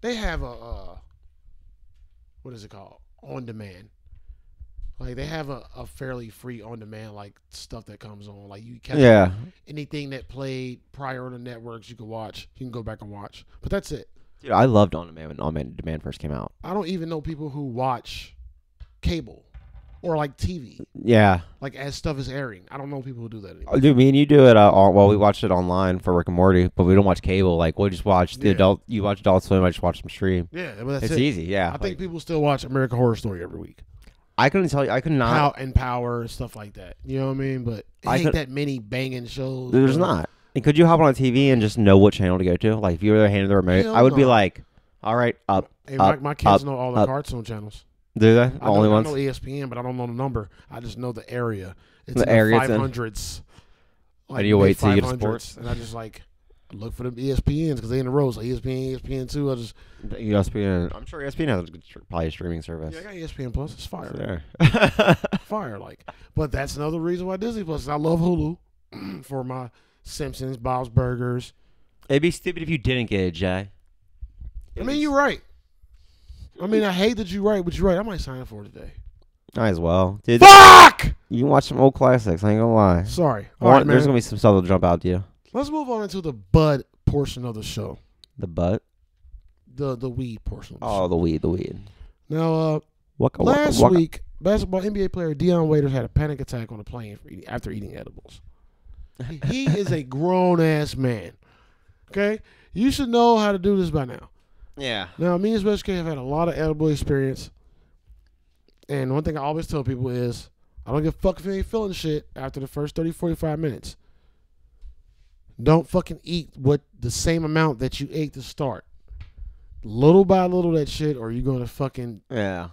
[SPEAKER 3] they have a uh, what is it called? On demand. Like they have a, a fairly free on demand like stuff that comes on. Like you catch
[SPEAKER 1] yeah,
[SPEAKER 3] anything that played prior on the networks you can watch. You can go back and watch. But that's it.
[SPEAKER 1] dude, I loved On Demand when On Demand first came out.
[SPEAKER 3] I don't even know people who watch cable or like TV.
[SPEAKER 1] Yeah,
[SPEAKER 3] Like as stuff is airing. I don't know people who do that anymore.
[SPEAKER 1] Oh, dude, me and you do it. Uh, on, well, we watched it online for Rick and Morty, but we don't watch cable. Like we just watch the
[SPEAKER 3] Yeah.
[SPEAKER 1] adult. You watch Adult Swim. I just watch them stream.
[SPEAKER 3] Yeah, but that's
[SPEAKER 1] it's
[SPEAKER 3] it.
[SPEAKER 1] easy. Yeah,
[SPEAKER 3] I
[SPEAKER 1] Like,
[SPEAKER 3] think people still watch American Horror Story every week.
[SPEAKER 1] I couldn't tell you. I could not.
[SPEAKER 3] Pow- and power and stuff like that. You know what I mean? But it
[SPEAKER 1] Uh, I
[SPEAKER 3] ain't
[SPEAKER 1] could-
[SPEAKER 3] that many banging shows.
[SPEAKER 1] There's
[SPEAKER 3] bro.
[SPEAKER 1] not. And could you hop on a TV and just know what channel to go to? Like if you were handed the remote,
[SPEAKER 3] Hell
[SPEAKER 1] I would be
[SPEAKER 3] no.
[SPEAKER 1] like, "All right, up."
[SPEAKER 3] Hey,
[SPEAKER 1] Up,
[SPEAKER 3] my, my kids
[SPEAKER 1] up,
[SPEAKER 3] know all the
[SPEAKER 1] up.
[SPEAKER 3] cartoon channels.
[SPEAKER 1] Do they? The
[SPEAKER 3] I
[SPEAKER 1] only
[SPEAKER 3] know,
[SPEAKER 1] ones.
[SPEAKER 3] I know E ESPN, but I don't know the number. I just know the area. It's
[SPEAKER 1] The
[SPEAKER 3] in
[SPEAKER 1] area it's
[SPEAKER 3] the
[SPEAKER 1] in.
[SPEAKER 3] 500s. Like
[SPEAKER 1] And you wait till you get a
[SPEAKER 3] mid- 500s,
[SPEAKER 1] sport?
[SPEAKER 3] And I just like look for them E ESPNs because they in the rows. Like E ESPN, ESPN two. I just
[SPEAKER 1] E ESPN. I'm sure ESPN has a good, str- probably a streaming service.
[SPEAKER 3] yeah, I got E ESPN Plus. It's fire,
[SPEAKER 1] It's there.
[SPEAKER 3] fire. Like, but that's another reason why Disney Plus. I love Hulu for my Simpsons, Bob's Burgers.
[SPEAKER 1] It'd be stupid if you didn't get it, Jay.
[SPEAKER 3] I mean, you're right. I mean, I hate that you're right, but you're right. I might sign up for it today.
[SPEAKER 1] Might as well, dude.
[SPEAKER 3] Fuck!
[SPEAKER 1] You can watch some old classics. I ain't gonna lie.
[SPEAKER 3] Sorry. All
[SPEAKER 1] Or-
[SPEAKER 3] right,
[SPEAKER 1] there's
[SPEAKER 3] man.
[SPEAKER 1] gonna be some stuff that'll jump out to you.
[SPEAKER 3] Let's move on into the bud portion of the show.
[SPEAKER 1] The butt.
[SPEAKER 3] The the weed portion. Of the
[SPEAKER 1] Oh, the weed. The weed.
[SPEAKER 3] show. Now, uh,
[SPEAKER 1] Waka, waka,
[SPEAKER 3] last
[SPEAKER 1] waka.
[SPEAKER 3] week, basketball NBA player Deion Waiters had a panic attack on a plane for eating, after eating edibles. he is a grown ass man. Okay? You should know how to do this by now.
[SPEAKER 1] Yeah.
[SPEAKER 3] Now, me and Special K have had a lot of edible experience. And one thing I always tell people is I don't give a fuck if you ain't feeling shit after the first 30, 45 minutes. Don't fucking eat what the same amount that you ate to start. Little by little that shit, or you're gonna fucking
[SPEAKER 1] Yeah.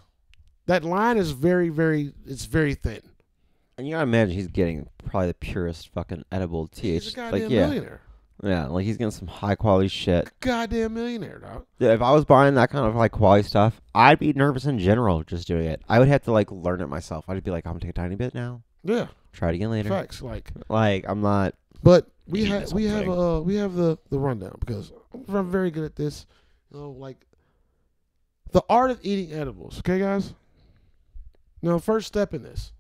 [SPEAKER 3] that line is very, very it's very thin.
[SPEAKER 1] And you gotta imagine he's getting probably the purest fucking edible THC.
[SPEAKER 3] He's a goddamn
[SPEAKER 1] like, yeah,
[SPEAKER 3] millionaire.
[SPEAKER 1] yeah. Like he's getting some high quality shit.
[SPEAKER 3] Goddamn millionaire, dog.
[SPEAKER 1] Yeah, if I was buying that kind of like quality stuff, I'd be nervous in general just doing it. I would have to like learn it myself. I'd be like, I'm gonna take a tiny bit now,
[SPEAKER 3] Yeah.
[SPEAKER 1] try it again later.
[SPEAKER 3] Facts. Like
[SPEAKER 1] Like I'm not.
[SPEAKER 3] But we
[SPEAKER 1] Yeah,
[SPEAKER 3] have
[SPEAKER 1] that's
[SPEAKER 3] we
[SPEAKER 1] what I'm
[SPEAKER 3] have uh we have the the rundown because I'm very good at this. You know, like the art of eating edibles. Okay, guys. Now, first step in this,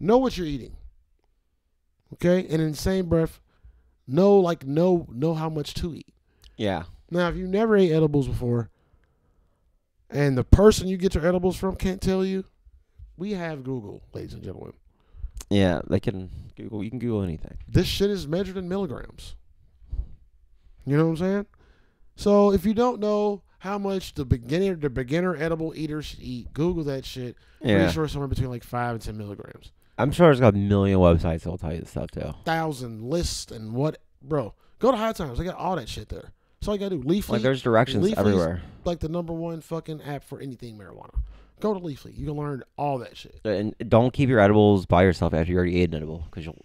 [SPEAKER 3] know what you're eating. Okay, and in the same breath, know like know know how much to eat.
[SPEAKER 1] Yeah.
[SPEAKER 3] Now, if you never ate edibles before, and the person you get your edibles from can't tell you, we have Google, ladies and gentlemen.
[SPEAKER 1] Yeah. They can Google. You can Google anything.
[SPEAKER 3] this shit is measured in milligrams. You know what I'm saying? So if you don't know how much the beginner the beginner edible eater should eat, Google that shit.
[SPEAKER 1] Yeah.
[SPEAKER 3] Pretty sure it's somewhere between like five and ten milligrams.
[SPEAKER 1] I'm sure there's got a million websites that'll tell you this stuff too.
[SPEAKER 3] Thousand lists and what bro. Go to high times. They got all that shit there. That's all you gotta do. Leafly
[SPEAKER 1] Like there's directions
[SPEAKER 3] Leafly's-
[SPEAKER 1] everywhere.
[SPEAKER 3] like the number one fucking app for anything marijuana. Go to Leafly. You can learn all that shit.
[SPEAKER 1] And don't keep your edibles by yourself after you already ate an edible, because you'll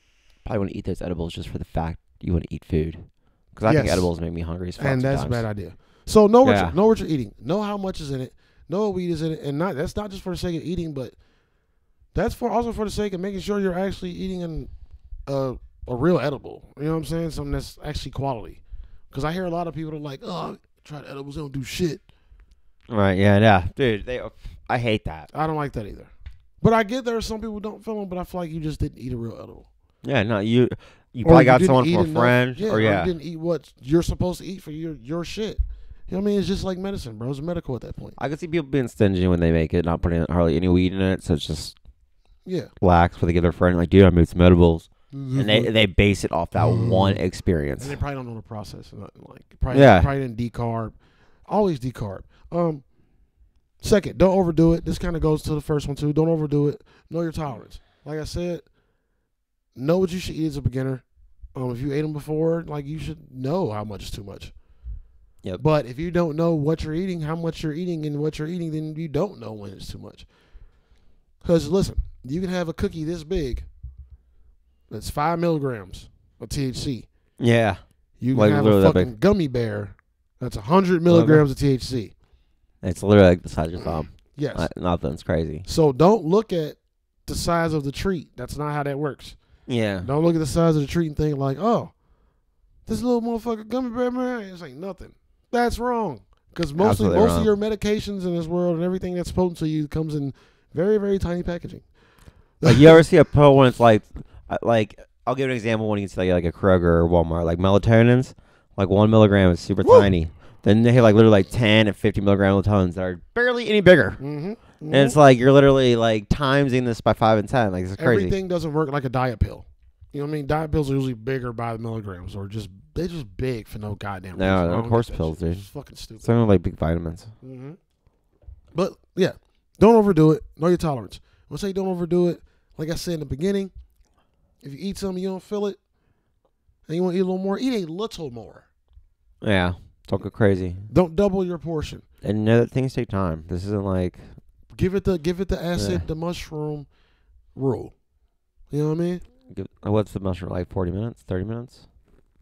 [SPEAKER 1] probably want to eat those edibles just for the fact you want to eat food. Because I think
[SPEAKER 3] Yes.
[SPEAKER 1] edibles make me hungry as fuck.
[SPEAKER 3] and that's a
[SPEAKER 1] sometimes.
[SPEAKER 3] bad idea. So know what
[SPEAKER 1] Yeah.
[SPEAKER 3] you're, know what you're eating, know how much is in it, know what weed is in it, and not that's not just for the sake of eating, but that's for also for the sake of making sure you're actually eating an a a real edible. You know what I'm saying? Something that's actually quality. Because I hear a lot of people that are like, oh, try the edibles, they don't do shit.
[SPEAKER 1] Right. Yeah. Yeah. Dude, they. I hate that.
[SPEAKER 3] I don't like that either. But I get there are some people don't feel them, but I feel like you just didn't eat a real edible.
[SPEAKER 1] Yeah, no, you you
[SPEAKER 3] Or
[SPEAKER 1] probably
[SPEAKER 3] you
[SPEAKER 1] got
[SPEAKER 3] didn't
[SPEAKER 1] someone
[SPEAKER 3] eat
[SPEAKER 1] from a
[SPEAKER 3] enough-
[SPEAKER 1] friend,
[SPEAKER 3] yeah,
[SPEAKER 1] or yeah,
[SPEAKER 3] you didn't eat what you're supposed to eat for your your shit. You know what I mean? It's just like medicine, bro. It's medical at that point.
[SPEAKER 1] I can see people being stingy when they make it, not putting hardly any weed in it, so it's just
[SPEAKER 3] Yeah.
[SPEAKER 1] lax. Where they give their friend like, "Dude, I moved some edibles," and they
[SPEAKER 3] and
[SPEAKER 1] they base it off that
[SPEAKER 3] Mm.
[SPEAKER 1] one experience.
[SPEAKER 3] they probably don't know the process. and nothing, Like probably,
[SPEAKER 1] Yeah.
[SPEAKER 3] probably didn't decarb. Always decarb. Um, second, don't overdo it. This kind of goes to the first one too. Don't overdo it. Know your tolerance. Like I said, know what you should eat as a beginner. Um, if you ate them before, like you should know how much is too much.
[SPEAKER 1] Yep.
[SPEAKER 3] But if you don't know what you're eating, how much you're eating, and what you're eating, then you don't know when it's too much. Because listen, you can have a cookie this big. That's five milligrams of THC.
[SPEAKER 1] Yeah,
[SPEAKER 3] You can
[SPEAKER 1] Like,
[SPEAKER 3] have a
[SPEAKER 1] literally that big.
[SPEAKER 3] fucking gummy bear that's 100 milligrams of THC.
[SPEAKER 1] it's literally like the size of your thumb.
[SPEAKER 3] Yes.
[SPEAKER 1] Not- Nothing's crazy.
[SPEAKER 3] So don't look at the size of the treat. That's not how that works.
[SPEAKER 1] Yeah,
[SPEAKER 3] Don't look at the size of the treat and think like, oh, this little motherfucker gummy bear, man, it's like nothing. That's wrong. Because mostly,
[SPEAKER 1] Absolutely
[SPEAKER 3] most
[SPEAKER 1] wrong.
[SPEAKER 3] of your medications in this world and everything that's potent to you comes in very, very tiny packaging.
[SPEAKER 1] Like you ever see a pill when it's like, uh, like I'll give an example when you can see like, like a Kroger or Walmart, like melatonin's, like one milligram is super
[SPEAKER 3] Woo!
[SPEAKER 1] tiny. Then they have like literally like ten and fifty milligram melatonin's that are barely any bigger,
[SPEAKER 3] Mm-hmm.
[SPEAKER 1] and it's like you're literally like timesing this by five and ten. Like it's crazy.
[SPEAKER 3] Everything doesn't work like a diet pill. You know what I mean? Diet pills are usually bigger by the milligrams, or just they just big for no goddamn.
[SPEAKER 1] No,
[SPEAKER 3] reason. I
[SPEAKER 1] they're
[SPEAKER 3] don't get
[SPEAKER 1] horse
[SPEAKER 3] that
[SPEAKER 1] pills,
[SPEAKER 3] shit.
[SPEAKER 1] dude.
[SPEAKER 3] It's fucking stupid.
[SPEAKER 1] Some of like big vitamins.
[SPEAKER 3] hmm But yeah, don't overdo it. Know your tolerance. When I say don't overdo it, like I said in the beginning, if you eat something you don't feel it, and you want to eat a little more, eat a little more.
[SPEAKER 1] Yeah, don't go crazy.
[SPEAKER 3] Don't double your portion.
[SPEAKER 1] And know that things take time. This isn't like
[SPEAKER 3] Give it the give it the acid,
[SPEAKER 1] Yeah.
[SPEAKER 3] the mushroom rule. You know what I mean?
[SPEAKER 1] give, uh, what's the mushroom like? Forty minutes, thirty minutes.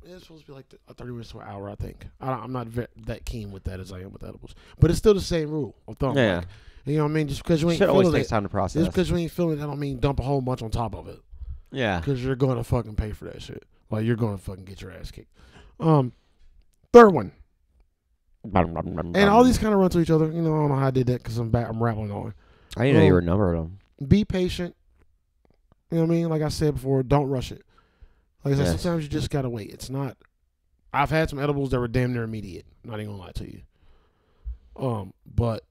[SPEAKER 3] It's supposed to be like th- thirty minutes to an hour, I think. I don't, I'm not ve- that keen with that as I am with edibles, but it's still the same rule of thumb.
[SPEAKER 1] yeah,
[SPEAKER 3] Like, you know what I mean? Just because Oh you ain't
[SPEAKER 1] shit always
[SPEAKER 3] feeling
[SPEAKER 1] takes
[SPEAKER 3] it,
[SPEAKER 1] time to process.
[SPEAKER 3] just because you ain't feeling it, I don't mean dump a whole bunch on top of it.
[SPEAKER 1] yeah,
[SPEAKER 3] because you're going to fucking pay for that shit. Like you're going to fucking get your ass kicked. Um, third one, and
[SPEAKER 1] Um,
[SPEAKER 3] all these kind of run to each other. You know, I don't know how I did that because I'm back. I'm rattling on.
[SPEAKER 1] I didn't know you
[SPEAKER 3] um,
[SPEAKER 1] were numbered them.
[SPEAKER 3] Be patient. You know what I mean? Like I said before, don't rush it. Like I said,
[SPEAKER 1] Yes.
[SPEAKER 3] sometimes you just gotta wait. It's not. I've had some edibles that were damn near immediate. Not even gonna lie to you. Um, but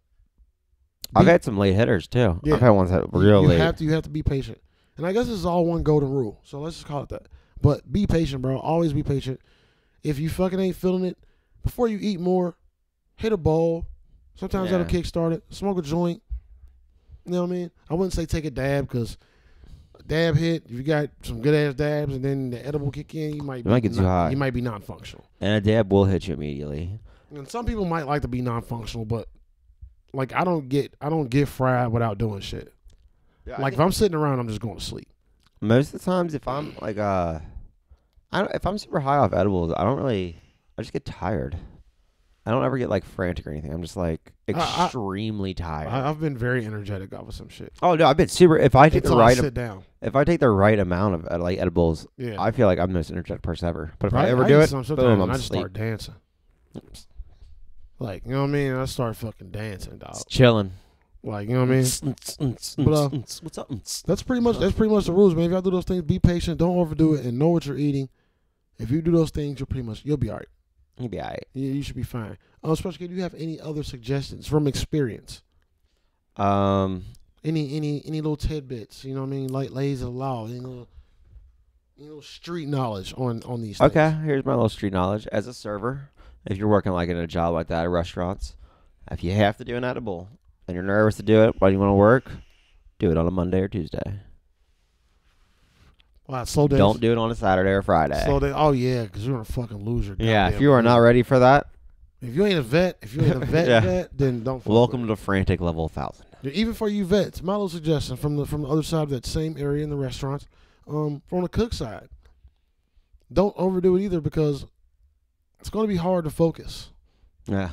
[SPEAKER 1] I've
[SPEAKER 3] be-
[SPEAKER 1] had some late hitters too.
[SPEAKER 3] Yeah.
[SPEAKER 1] I've had ones that
[SPEAKER 3] You-
[SPEAKER 1] really.
[SPEAKER 3] You have to you have to be patient. And I guess this is all one golden rule. So let's just call it that. But be patient, bro. Always be patient. If you fucking ain't feeling it, before you eat more, hit a bowl. Sometimes
[SPEAKER 1] Yeah.
[SPEAKER 3] that'll kickstart it. Smoke a joint. You know what I mean? I wouldn't say take a dab because dab hit. If you got some good ass dabs and then the edible kick in, you might
[SPEAKER 1] might get too
[SPEAKER 3] non-
[SPEAKER 1] high.
[SPEAKER 3] You might be non-functional.
[SPEAKER 1] and a dab will hit you immediately.
[SPEAKER 3] And some people might like to be non-functional, but like I don't get I don't get fried without doing shit. Like if I'm sitting around, I'm just going to sleep.
[SPEAKER 1] most of the times, if I'm like uh, I don't, if I'm super high off edibles, I don't really. I just get tired. I don't ever get like frantic or anything. I'm just like
[SPEAKER 3] I- I-
[SPEAKER 1] extremely tired.
[SPEAKER 3] I, I've been very energetic off of some shit.
[SPEAKER 1] oh no, I've been super. If I take
[SPEAKER 3] It's
[SPEAKER 1] the
[SPEAKER 3] all
[SPEAKER 1] right,
[SPEAKER 3] sit down.
[SPEAKER 1] if I take the right amount of uh, like edibles,
[SPEAKER 3] Yeah.
[SPEAKER 1] I feel like I'm the most energetic person ever. But if
[SPEAKER 3] Right?
[SPEAKER 1] I ever do
[SPEAKER 3] eat
[SPEAKER 1] it,
[SPEAKER 3] some sometimes
[SPEAKER 1] boom,
[SPEAKER 3] and
[SPEAKER 1] I'm
[SPEAKER 3] I just
[SPEAKER 1] asleep.
[SPEAKER 3] start dancing. Like, you know what I mean? I start fucking dancing, dog.
[SPEAKER 1] It's chilling.
[SPEAKER 3] Like, you know what I mean? But, uh,
[SPEAKER 1] What's up?
[SPEAKER 3] That's pretty much that's pretty much the rules, man. If y'all do those things, be patient, don't overdo it, and know what you're eating. If you do those things, you'll pretty much you'll be all right.
[SPEAKER 1] You be alright.
[SPEAKER 3] You, you should be fine. Um, especially do you have any other suggestions from experience?
[SPEAKER 1] Um,
[SPEAKER 3] Any any any little tidbits? You know what I mean? Like lays of the law, any little, any little street knowledge on on these. things.
[SPEAKER 1] Okay, here's my little street knowledge. As a server, if you're working like in a job like that at restaurants, if you have to do an edible and you're nervous to do it while you want to work, do it on a Monday or Tuesday.
[SPEAKER 3] Wow, slow down.
[SPEAKER 1] Don't do it on a Saturday or Friday.
[SPEAKER 3] So they, oh yeah, because you're gonna fucking lose your.
[SPEAKER 1] yeah, if
[SPEAKER 3] goddamn
[SPEAKER 1] you are
[SPEAKER 3] mind.
[SPEAKER 1] not ready for that,
[SPEAKER 3] if you ain't a vet, if you ain't a vet,
[SPEAKER 1] Yeah.
[SPEAKER 3] vet, then don't. Fuck
[SPEAKER 1] welcome to
[SPEAKER 3] with
[SPEAKER 1] the frantic level thousand.
[SPEAKER 3] it. Even for you vets, my little suggestion from the from the other side of that same area in the restaurants, um, from the cook side, don't overdo it either because it's gonna be hard to focus.
[SPEAKER 1] Yeah,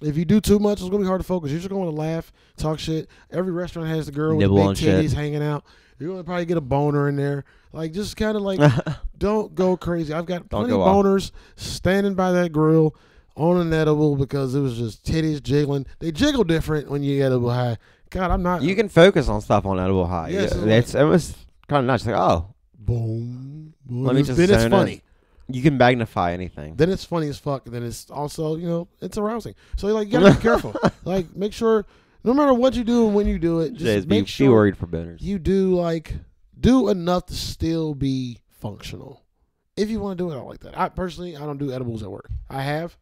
[SPEAKER 3] If you do too much, it's gonna be hard to focus. You're just gonna laugh, talk shit. Every restaurant has the girl
[SPEAKER 1] Nibble on
[SPEAKER 3] with the big
[SPEAKER 1] shit.
[SPEAKER 3] titties hanging out. You're gonna probably get a boner in there. Like just kind of like don't go crazy. I've got
[SPEAKER 1] Don't
[SPEAKER 3] plenty
[SPEAKER 1] go
[SPEAKER 3] of
[SPEAKER 1] off.
[SPEAKER 3] boners standing by that grill on an edible because it was just titties jiggling. They jiggle different when you edible high. God, I'm not.
[SPEAKER 1] you can focus on stuff on edible high.
[SPEAKER 3] Yes,
[SPEAKER 1] Yeah, it's
[SPEAKER 3] it's like-
[SPEAKER 1] almost kind of nice. Like, oh,
[SPEAKER 3] boom. boom.
[SPEAKER 1] Let me just
[SPEAKER 3] then it's
[SPEAKER 1] zone in.
[SPEAKER 3] funny.
[SPEAKER 1] You can magnify anything.
[SPEAKER 3] then it's funny as fuck. And then it's also, you know, it's arousing. So like, you gotta be careful. Like, make sure, no matter what you do and when you do it, just
[SPEAKER 1] Just
[SPEAKER 3] make
[SPEAKER 1] be,
[SPEAKER 3] sure
[SPEAKER 1] be worried for bitters.
[SPEAKER 3] you do like do enough to still be functional. If you want to do it all like that, I personally I don't do edibles at work. I have,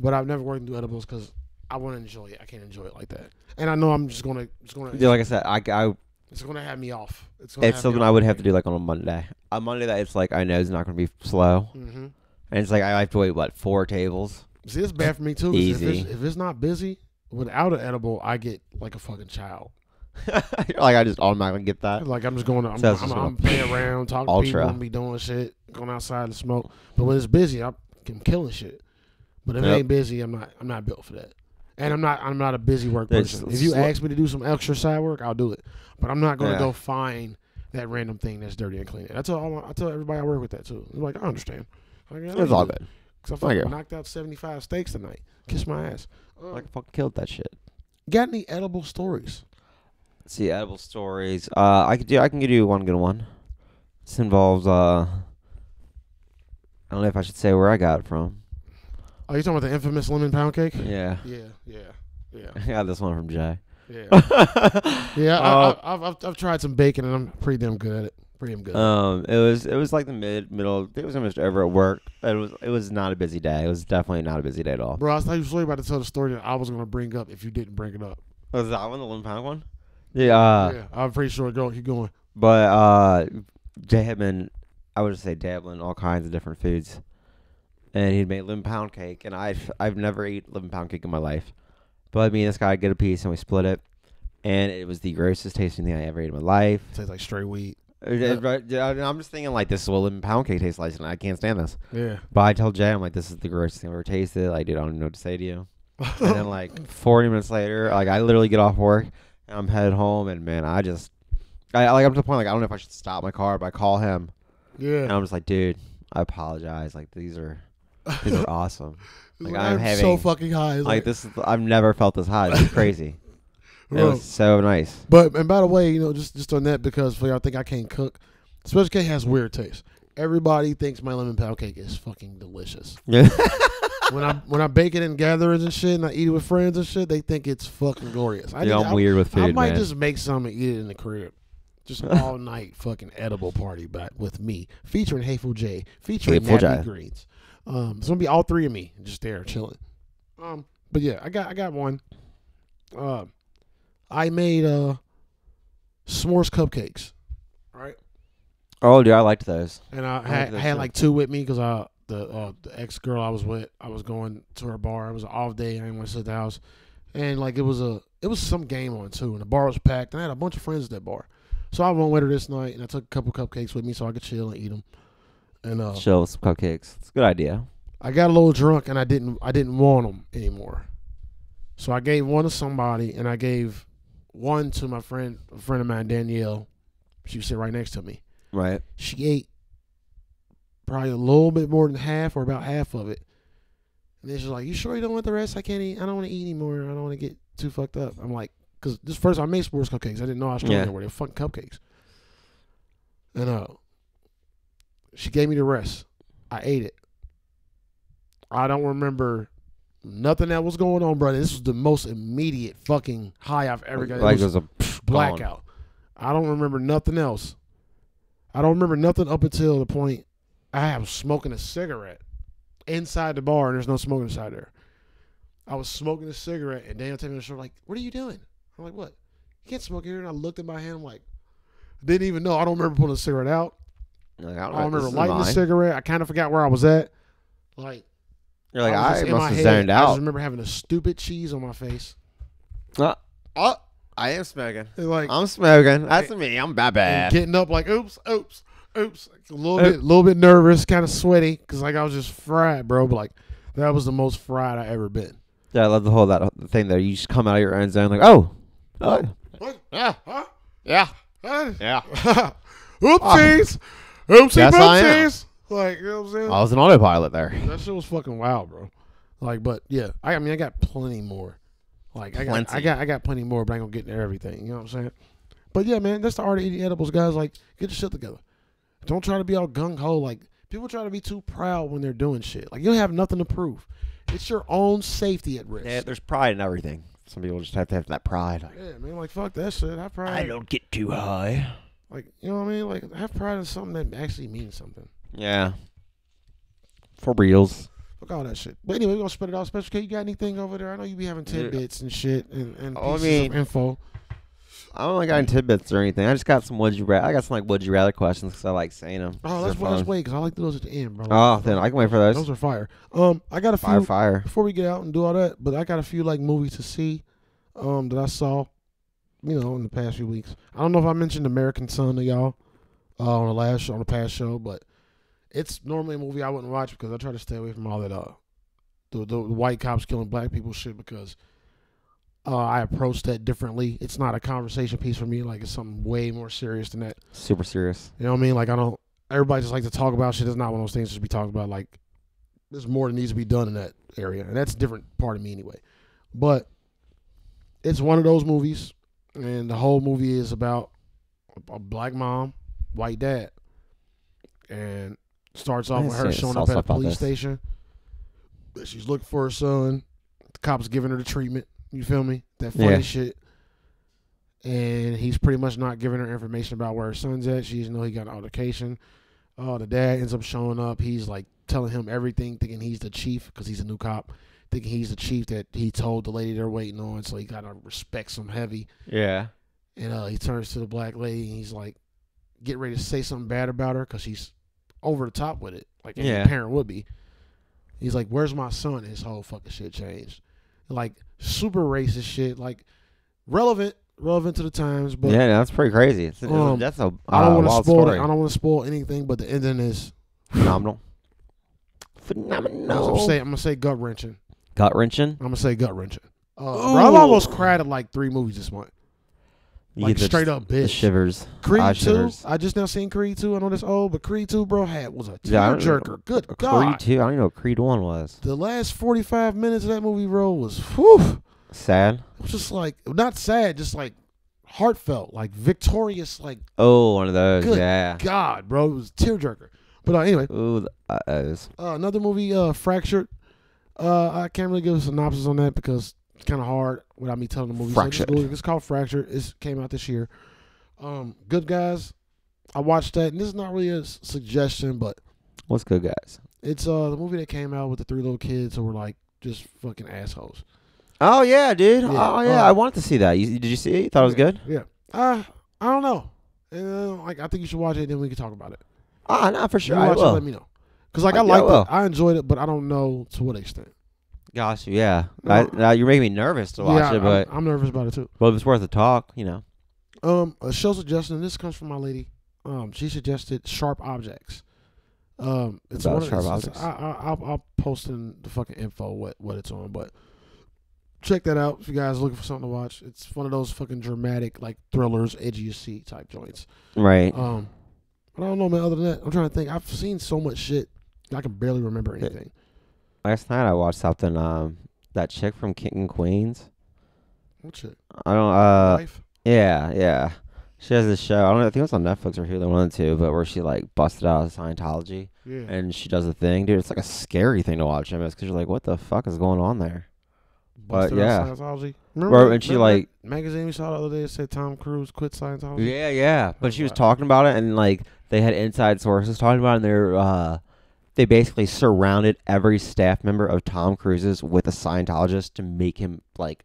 [SPEAKER 3] but I've never worked and do edibles because I want to enjoy it. I can't enjoy it like that, and I know I'm just gonna it's gonna
[SPEAKER 1] Yeah, like I said, I, I
[SPEAKER 3] it's gonna have me off. It's gonna
[SPEAKER 1] it's something I would have to do like on a Monday. On Monday, that it's like I know it's not going to be slow,
[SPEAKER 3] Mm-hmm.
[SPEAKER 1] and it's like I have to wait what four tables.
[SPEAKER 3] See, it's bad for me too. 'cause If
[SPEAKER 1] Easy.
[SPEAKER 3] it's, if it's not busy without an edible, I get like a fucking child.
[SPEAKER 1] You're like I just automatically get that.
[SPEAKER 3] Like I'm just going. To, I'm,
[SPEAKER 1] So that's
[SPEAKER 3] I'm,
[SPEAKER 1] just
[SPEAKER 3] I'm
[SPEAKER 1] what-
[SPEAKER 3] playing around, talking to
[SPEAKER 1] Ultra.
[SPEAKER 3] people, and be doing shit, going outside to smoke. But when it's busy, I'm, I'm killing shit. But if
[SPEAKER 1] Yep.
[SPEAKER 3] it ain't busy, I'm not. I'm not built for that. And I'm not. I'm not a busy work
[SPEAKER 1] There's
[SPEAKER 3] person.
[SPEAKER 1] s-
[SPEAKER 3] If you
[SPEAKER 1] sli-
[SPEAKER 3] ask me to do some extra side work, I'll do it. But I'm not going to
[SPEAKER 1] Yeah.
[SPEAKER 3] go find that random thing that's dirty and clean it. That's all. I, I tell everybody I work with that too. I'm like, I understand. Like, yeah, I
[SPEAKER 1] It's all
[SPEAKER 3] do it.
[SPEAKER 1] good.
[SPEAKER 3] 'Cause
[SPEAKER 1] I
[SPEAKER 3] I
[SPEAKER 1] get it.
[SPEAKER 3] fucking knocked out 75 steaks tonight. Kiss my ass. Um,
[SPEAKER 1] Like fucking killed that shit.
[SPEAKER 3] got any edible stories?
[SPEAKER 1] see edible stories. Uh, I could do. I can give you one good one. This involves. Uh, I don't know if I should say where I got it from.
[SPEAKER 3] Oh, you talking about the infamous lemon pound cake?
[SPEAKER 1] Yeah,
[SPEAKER 3] Yeah, yeah, yeah,
[SPEAKER 1] I got this one from Jay.
[SPEAKER 3] yeah.
[SPEAKER 1] um,
[SPEAKER 3] Yeah,
[SPEAKER 1] Uh,
[SPEAKER 3] I, I, I've, I've I've tried some bacon and I'm pretty damn good at it. Pretty damn good.
[SPEAKER 1] Uh, Um, it was it was like the mid middle. It was almost over at work. It was it was not a busy day. It was definitely not a busy day at all.
[SPEAKER 3] Bro, I thought you were about to tell the story that I was gonna bring up if you didn't bring it up.
[SPEAKER 1] Was that one the lemon pound one? Yeah, uh,
[SPEAKER 3] yeah, I'm pretty sure. Go, keep going.
[SPEAKER 1] but uh, Jay had been, I would say dabbling in all kinds of different foods, and he'd made lemon pound cake, and I've I've never eaten lemon pound cake in my life, but me and this guy get a piece and we split it, and it was the grossest tasting thing I ever ate in my life.
[SPEAKER 3] Tastes like stray weed.
[SPEAKER 1] It- it- right, yeah, and I'm just thinking like this is what lemon pound cake tastes like, and I can't stand this.
[SPEAKER 3] Yeah.
[SPEAKER 1] But I tell Jay, I'm like, this is the grossest thing I've ever tasted. Like, dude, I don't even know what to say to you. and then like 40 minutes later, like I literally get off work and I'm headed home, and man, I just, I like I'm to the point like I don't know if I should stop my car, but I call him and
[SPEAKER 3] Yeah.
[SPEAKER 1] I'm just like, dude, I apologize. Like these are, these are awesome. Like I'm, having
[SPEAKER 3] so fucking high. It's
[SPEAKER 1] like this. Is, I've never felt this high. This is crazy. it
[SPEAKER 3] bro.
[SPEAKER 1] was so nice.
[SPEAKER 3] But and by the way, you know, just just on that because for y'all think I can't cook, Special K has weird taste. Everybody thinks my lemon pound cake is fucking delicious.
[SPEAKER 1] Yeah.
[SPEAKER 3] when I when I bake it in gatherings and shit, and I eat it with friends and shit, they think it's fucking glorious. I
[SPEAKER 1] Dude,
[SPEAKER 3] think
[SPEAKER 1] I'm
[SPEAKER 3] I-
[SPEAKER 1] weird with
[SPEAKER 3] I
[SPEAKER 1] food,
[SPEAKER 3] might
[SPEAKER 1] man.
[SPEAKER 3] just make some and eat it in the crib. Just an all night fucking edible party but with me, featuring Hateful J, featuring
[SPEAKER 1] Hateful
[SPEAKER 3] Nappy
[SPEAKER 1] J.
[SPEAKER 3] Greens. Um, it's gonna be all three of me just there chilling. Um, but yeah, I got I got one. Uh, I made uh s'mores cupcakes, right?
[SPEAKER 1] Oh, dude, I liked those.
[SPEAKER 3] And I,
[SPEAKER 1] like
[SPEAKER 3] had,
[SPEAKER 1] that
[SPEAKER 3] had
[SPEAKER 1] too.
[SPEAKER 3] like two with me because I the uh, the ex girl I was with, I was going to her bar. It was an off day. I didn't want to sit at the house, and like it was a it was some game on too, and the bar was packed. And I had a bunch of friends at that bar, so I went with her this night, and I took a couple cupcakes with me so I could chill and eat them. And uh,
[SPEAKER 1] Chill with some cupcakes. It's a good idea.
[SPEAKER 3] I got a little drunk, and I didn't I didn't want them anymore, so I gave one to somebody, and I gave one to my friend a friend of mine Danielle. She was sitting right next to me
[SPEAKER 1] Right.
[SPEAKER 3] she ate probably a little bit more than half or about half of it. And then she's like, "You sure you don't want the rest? I can't eat. I don't want to eat anymore. I don't want to get too fucked up." I'm like, "Cause this first I made sports cupcakes. I didn't know Australia
[SPEAKER 1] Yeah.
[SPEAKER 3] were. They're fucking cupcakes." And uh, she gave me the rest. I ate it. I don't remember nothing that was going on, brother. This was the most immediate fucking high I've ever got. It
[SPEAKER 1] like
[SPEAKER 3] was-
[SPEAKER 1] it was a
[SPEAKER 3] blackout. I don't remember nothing else. I don't remember nothing up until the point I was smoking a cigarette inside the bar, and there's no smoking inside there. I was smoking a cigarette, and Daniel took me to the shore, like, "What are you doing?" I'm like, "What? You can't smoke here." And I looked at my hand, I'm like, didn't even know. I don't remember pulling a cigarette out.
[SPEAKER 1] Like, I
[SPEAKER 3] I
[SPEAKER 1] don't,
[SPEAKER 3] don't remember lighting
[SPEAKER 1] lighting
[SPEAKER 3] a cigarette. I kind of forgot where I was at. Like,
[SPEAKER 1] You're like
[SPEAKER 3] I, was
[SPEAKER 1] I,
[SPEAKER 3] just in my
[SPEAKER 1] must have
[SPEAKER 3] head.
[SPEAKER 1] zoned
[SPEAKER 3] I just
[SPEAKER 1] out.
[SPEAKER 3] remember having a stupid cheese on my face.
[SPEAKER 1] Uh, oh, I am smoking.
[SPEAKER 3] And like,
[SPEAKER 1] I'm smoking. That's me. I'm bad
[SPEAKER 3] and
[SPEAKER 1] bad. Oh.
[SPEAKER 3] getting up like oops oops oops like, a little bit little bit nervous kind of sweaty because like i was just fried bro but like that was the most fried i ever been
[SPEAKER 1] Yeah, I love the whole that thing there. You just come out of your own zone like, oh, oh,
[SPEAKER 3] yeah huh?
[SPEAKER 1] yeah,
[SPEAKER 3] Huh?
[SPEAKER 1] yeah.
[SPEAKER 3] oopsies oopsie
[SPEAKER 1] Yes, Ah. I am.
[SPEAKER 3] poopsies like you know what i'm saying
[SPEAKER 1] I was an autopilot there.
[SPEAKER 3] that shit was fucking wild bro like but yeah i, I mean i got plenty more like I got, I
[SPEAKER 1] Plenty.
[SPEAKER 3] got i got plenty more but i ain't gonna get into everything you know what i'm saying but yeah man that's the art of eating edibles guys like get your shit together don't try to be all gung-ho like People try to be too proud when they're doing shit. Like you don't have nothing to prove. It's your own safety at risk.
[SPEAKER 1] Yeah, there's pride in everything. Some people just have to have that pride. Like,
[SPEAKER 3] Yeah, man, like fuck that shit. Have pride.
[SPEAKER 1] get too high.
[SPEAKER 3] Like you know what I mean? Like have pride in something that actually means something.
[SPEAKER 1] Yeah. For reals.
[SPEAKER 3] Fuck all that shit. But anyway, we're gonna spread it out. Special K, you got anything over there? I know you be having
[SPEAKER 1] Yeah.
[SPEAKER 3] tidbits and shit and, and
[SPEAKER 1] Oh, I
[SPEAKER 3] pieces
[SPEAKER 1] mean-
[SPEAKER 3] of info.
[SPEAKER 1] I don't like got any tidbits or anything. I just got some would you rather. I got some like would you rather questions because I like saying them.
[SPEAKER 3] Oh, let's, let's wait because I like to do those at the end, bro.
[SPEAKER 1] Oh, then I can wait for those.
[SPEAKER 3] those are fire. Um, I got a few
[SPEAKER 1] fire, fire.
[SPEAKER 3] before we get out and do all that. But I got a few like movies to see, um, that I saw, you know, in the past few weeks. I don't know if I mentioned American Son to y'all, uh, on the last show, on the past show, but it's normally a movie I wouldn't watch because I try to stay away from all that uh, the the, the white cops killing black people shit because. Uh, I approach that differently. It's not a conversation piece for me. Like it's something way more serious than that.
[SPEAKER 1] Super serious.
[SPEAKER 3] You know what I mean? Like I don't. Everybody just like to talk about shit. It's not one of those things that should be talked about. Like there's more that needs to be done in that area, and that's a different part of me anyway. But it's one of those movies, and the whole movie is about a black mom, white dad, and starts off
[SPEAKER 1] I
[SPEAKER 3] with her
[SPEAKER 1] see-
[SPEAKER 3] showing
[SPEAKER 1] saw
[SPEAKER 3] up at a
[SPEAKER 1] stuff about
[SPEAKER 3] police
[SPEAKER 1] this.
[SPEAKER 3] station. She's looking for her son. The cops giving her the treatment. You feel me? That funny
[SPEAKER 1] Yeah.
[SPEAKER 3] shit. And he's pretty much not giving her information about where her son's at. She doesn't know he got an altercation. Uh, the dad ends up showing up. He's like telling him everything, thinking he's the chief because he's a new cop, thinking he's the chief that he told the lady they're waiting on. So he kind of respects him heavy.
[SPEAKER 1] Yeah.
[SPEAKER 3] And uh, he turns to the black lady and he's like, get ready to say something bad about her because she's over the top with it, like any
[SPEAKER 1] Yeah.
[SPEAKER 3] parent would be. He's like, where's my son? And his whole fucking shit changed. Like, super racist shit. Like, relevant, relevant to the times, but
[SPEAKER 1] yeah, no, that's pretty crazy. It's, it's-
[SPEAKER 3] Um,
[SPEAKER 1] that's a uh,
[SPEAKER 3] I don't want to
[SPEAKER 1] wild
[SPEAKER 3] spoil
[SPEAKER 1] story.
[SPEAKER 3] it. I don't want to spoil anything, but the ending is,
[SPEAKER 1] Phenomenal.
[SPEAKER 3] I was- I'm
[SPEAKER 1] Phenomenal.
[SPEAKER 3] say- I'm going to say gut wrenching.
[SPEAKER 1] Gut wrenching.
[SPEAKER 3] I'm gonna say gut wrenching. Uh,
[SPEAKER 1] Ooh.
[SPEAKER 3] bro, I've almost cried at like three movies this month.
[SPEAKER 1] You
[SPEAKER 3] Like
[SPEAKER 1] get the-
[SPEAKER 3] straight up
[SPEAKER 1] the
[SPEAKER 3] bitch.
[SPEAKER 1] shivers.
[SPEAKER 3] Creed
[SPEAKER 1] I
[SPEAKER 3] two.
[SPEAKER 1] shivers.
[SPEAKER 3] I just now seen Creed two. I know that's old, but Creed two, bro, had was a
[SPEAKER 1] Yeah, I
[SPEAKER 3] tear
[SPEAKER 1] don't know.
[SPEAKER 3] jerker. Good
[SPEAKER 1] Creed
[SPEAKER 3] God,
[SPEAKER 1] two. I don't even know what Creed one was.
[SPEAKER 3] the last forty five minutes of that movie, bro, was whew.
[SPEAKER 1] Sad.
[SPEAKER 3] It was just like not sad, just like heartfelt, like victorious. Like
[SPEAKER 1] Oh, one of those.
[SPEAKER 3] Good
[SPEAKER 1] yeah.
[SPEAKER 3] God, bro, it was a tear jerker. But uh, anyway,
[SPEAKER 1] Ooh, the uh-ohs.
[SPEAKER 3] uh, another movie, uh, Fractured. Uh, I can't really give a synopsis on that because it's kind of hard without me telling the movie. So just
[SPEAKER 1] Fractured.
[SPEAKER 3] go- It's, called Fractured. It came out this year. Um, Good Guys. I watched that, and this is not really a s- suggestion, but
[SPEAKER 1] What's good, guys?
[SPEAKER 3] it's uh the movie that came out with the three little kids who were like just fucking assholes.
[SPEAKER 1] Oh yeah, dude.
[SPEAKER 3] Yeah,
[SPEAKER 1] Oh yeah,
[SPEAKER 3] uh,
[SPEAKER 1] I wanted to see that. You, did you see it? You thought it was good?
[SPEAKER 3] Yeah. Uh, I don't know. Uh, like I think you should watch it, then we can talk about it.
[SPEAKER 1] Ah, not for sure.
[SPEAKER 3] you
[SPEAKER 1] I
[SPEAKER 3] watch it,
[SPEAKER 1] will.
[SPEAKER 3] let me know. Cause like I,
[SPEAKER 1] Uh, yeah, I
[SPEAKER 3] liked
[SPEAKER 1] will.
[SPEAKER 3] it, I enjoyed it, but I don't know to what extent.
[SPEAKER 1] Gosh, yeah.
[SPEAKER 3] No.
[SPEAKER 1] I, now you're making me nervous to watch
[SPEAKER 3] yeah,
[SPEAKER 1] it, but
[SPEAKER 3] I'm, I'm nervous about it too.
[SPEAKER 1] but if it's worth a talk, you know.
[SPEAKER 3] Um, a show suggestion. This comes from my lady. Um, she suggested sharp objects. Um, it's
[SPEAKER 1] About
[SPEAKER 3] one of
[SPEAKER 1] Sharp
[SPEAKER 3] it's-
[SPEAKER 1] Objects.
[SPEAKER 3] it's- I, I, I'll, I'll post in the fucking info what what it's on, but check that out if you guys are looking for something to watch. It's one of those fucking dramatic like thrillers, edgy as sea type joints.
[SPEAKER 1] Right.
[SPEAKER 3] Um, but I don't know, man. Other than that, I'm trying to think. I've seen so much shit. I can barely remember
[SPEAKER 1] Yeah.
[SPEAKER 3] anything.
[SPEAKER 1] Last night I watched something. Um, that chick from King and Queens.
[SPEAKER 3] What shit?
[SPEAKER 1] I don't. Uh,
[SPEAKER 3] Life?
[SPEAKER 1] yeah, yeah. She has this show. I don't know. I think it's on Netflix or Hulu, one of the two. But where she like busted out of Scientology
[SPEAKER 3] Yeah.
[SPEAKER 1] and uh, she does a thing, dude. It's like a scary thing to watch. I mean, because you're like, what the fuck is going on there?
[SPEAKER 3] Busted out
[SPEAKER 1] yeah.
[SPEAKER 3] Scientology.
[SPEAKER 1] Bro,
[SPEAKER 3] Remember,
[SPEAKER 1] and she,
[SPEAKER 3] remember that
[SPEAKER 1] like-
[SPEAKER 3] magazine we saw the other day that said Tom Cruise quit Scientology.
[SPEAKER 1] Yeah, yeah. But she was
[SPEAKER 3] wow.
[SPEAKER 1] talking about it, and like they had inside sources talking about, it and they're uh, they basically surrounded every staff member of Tom Cruise's with a Scientologist to make him like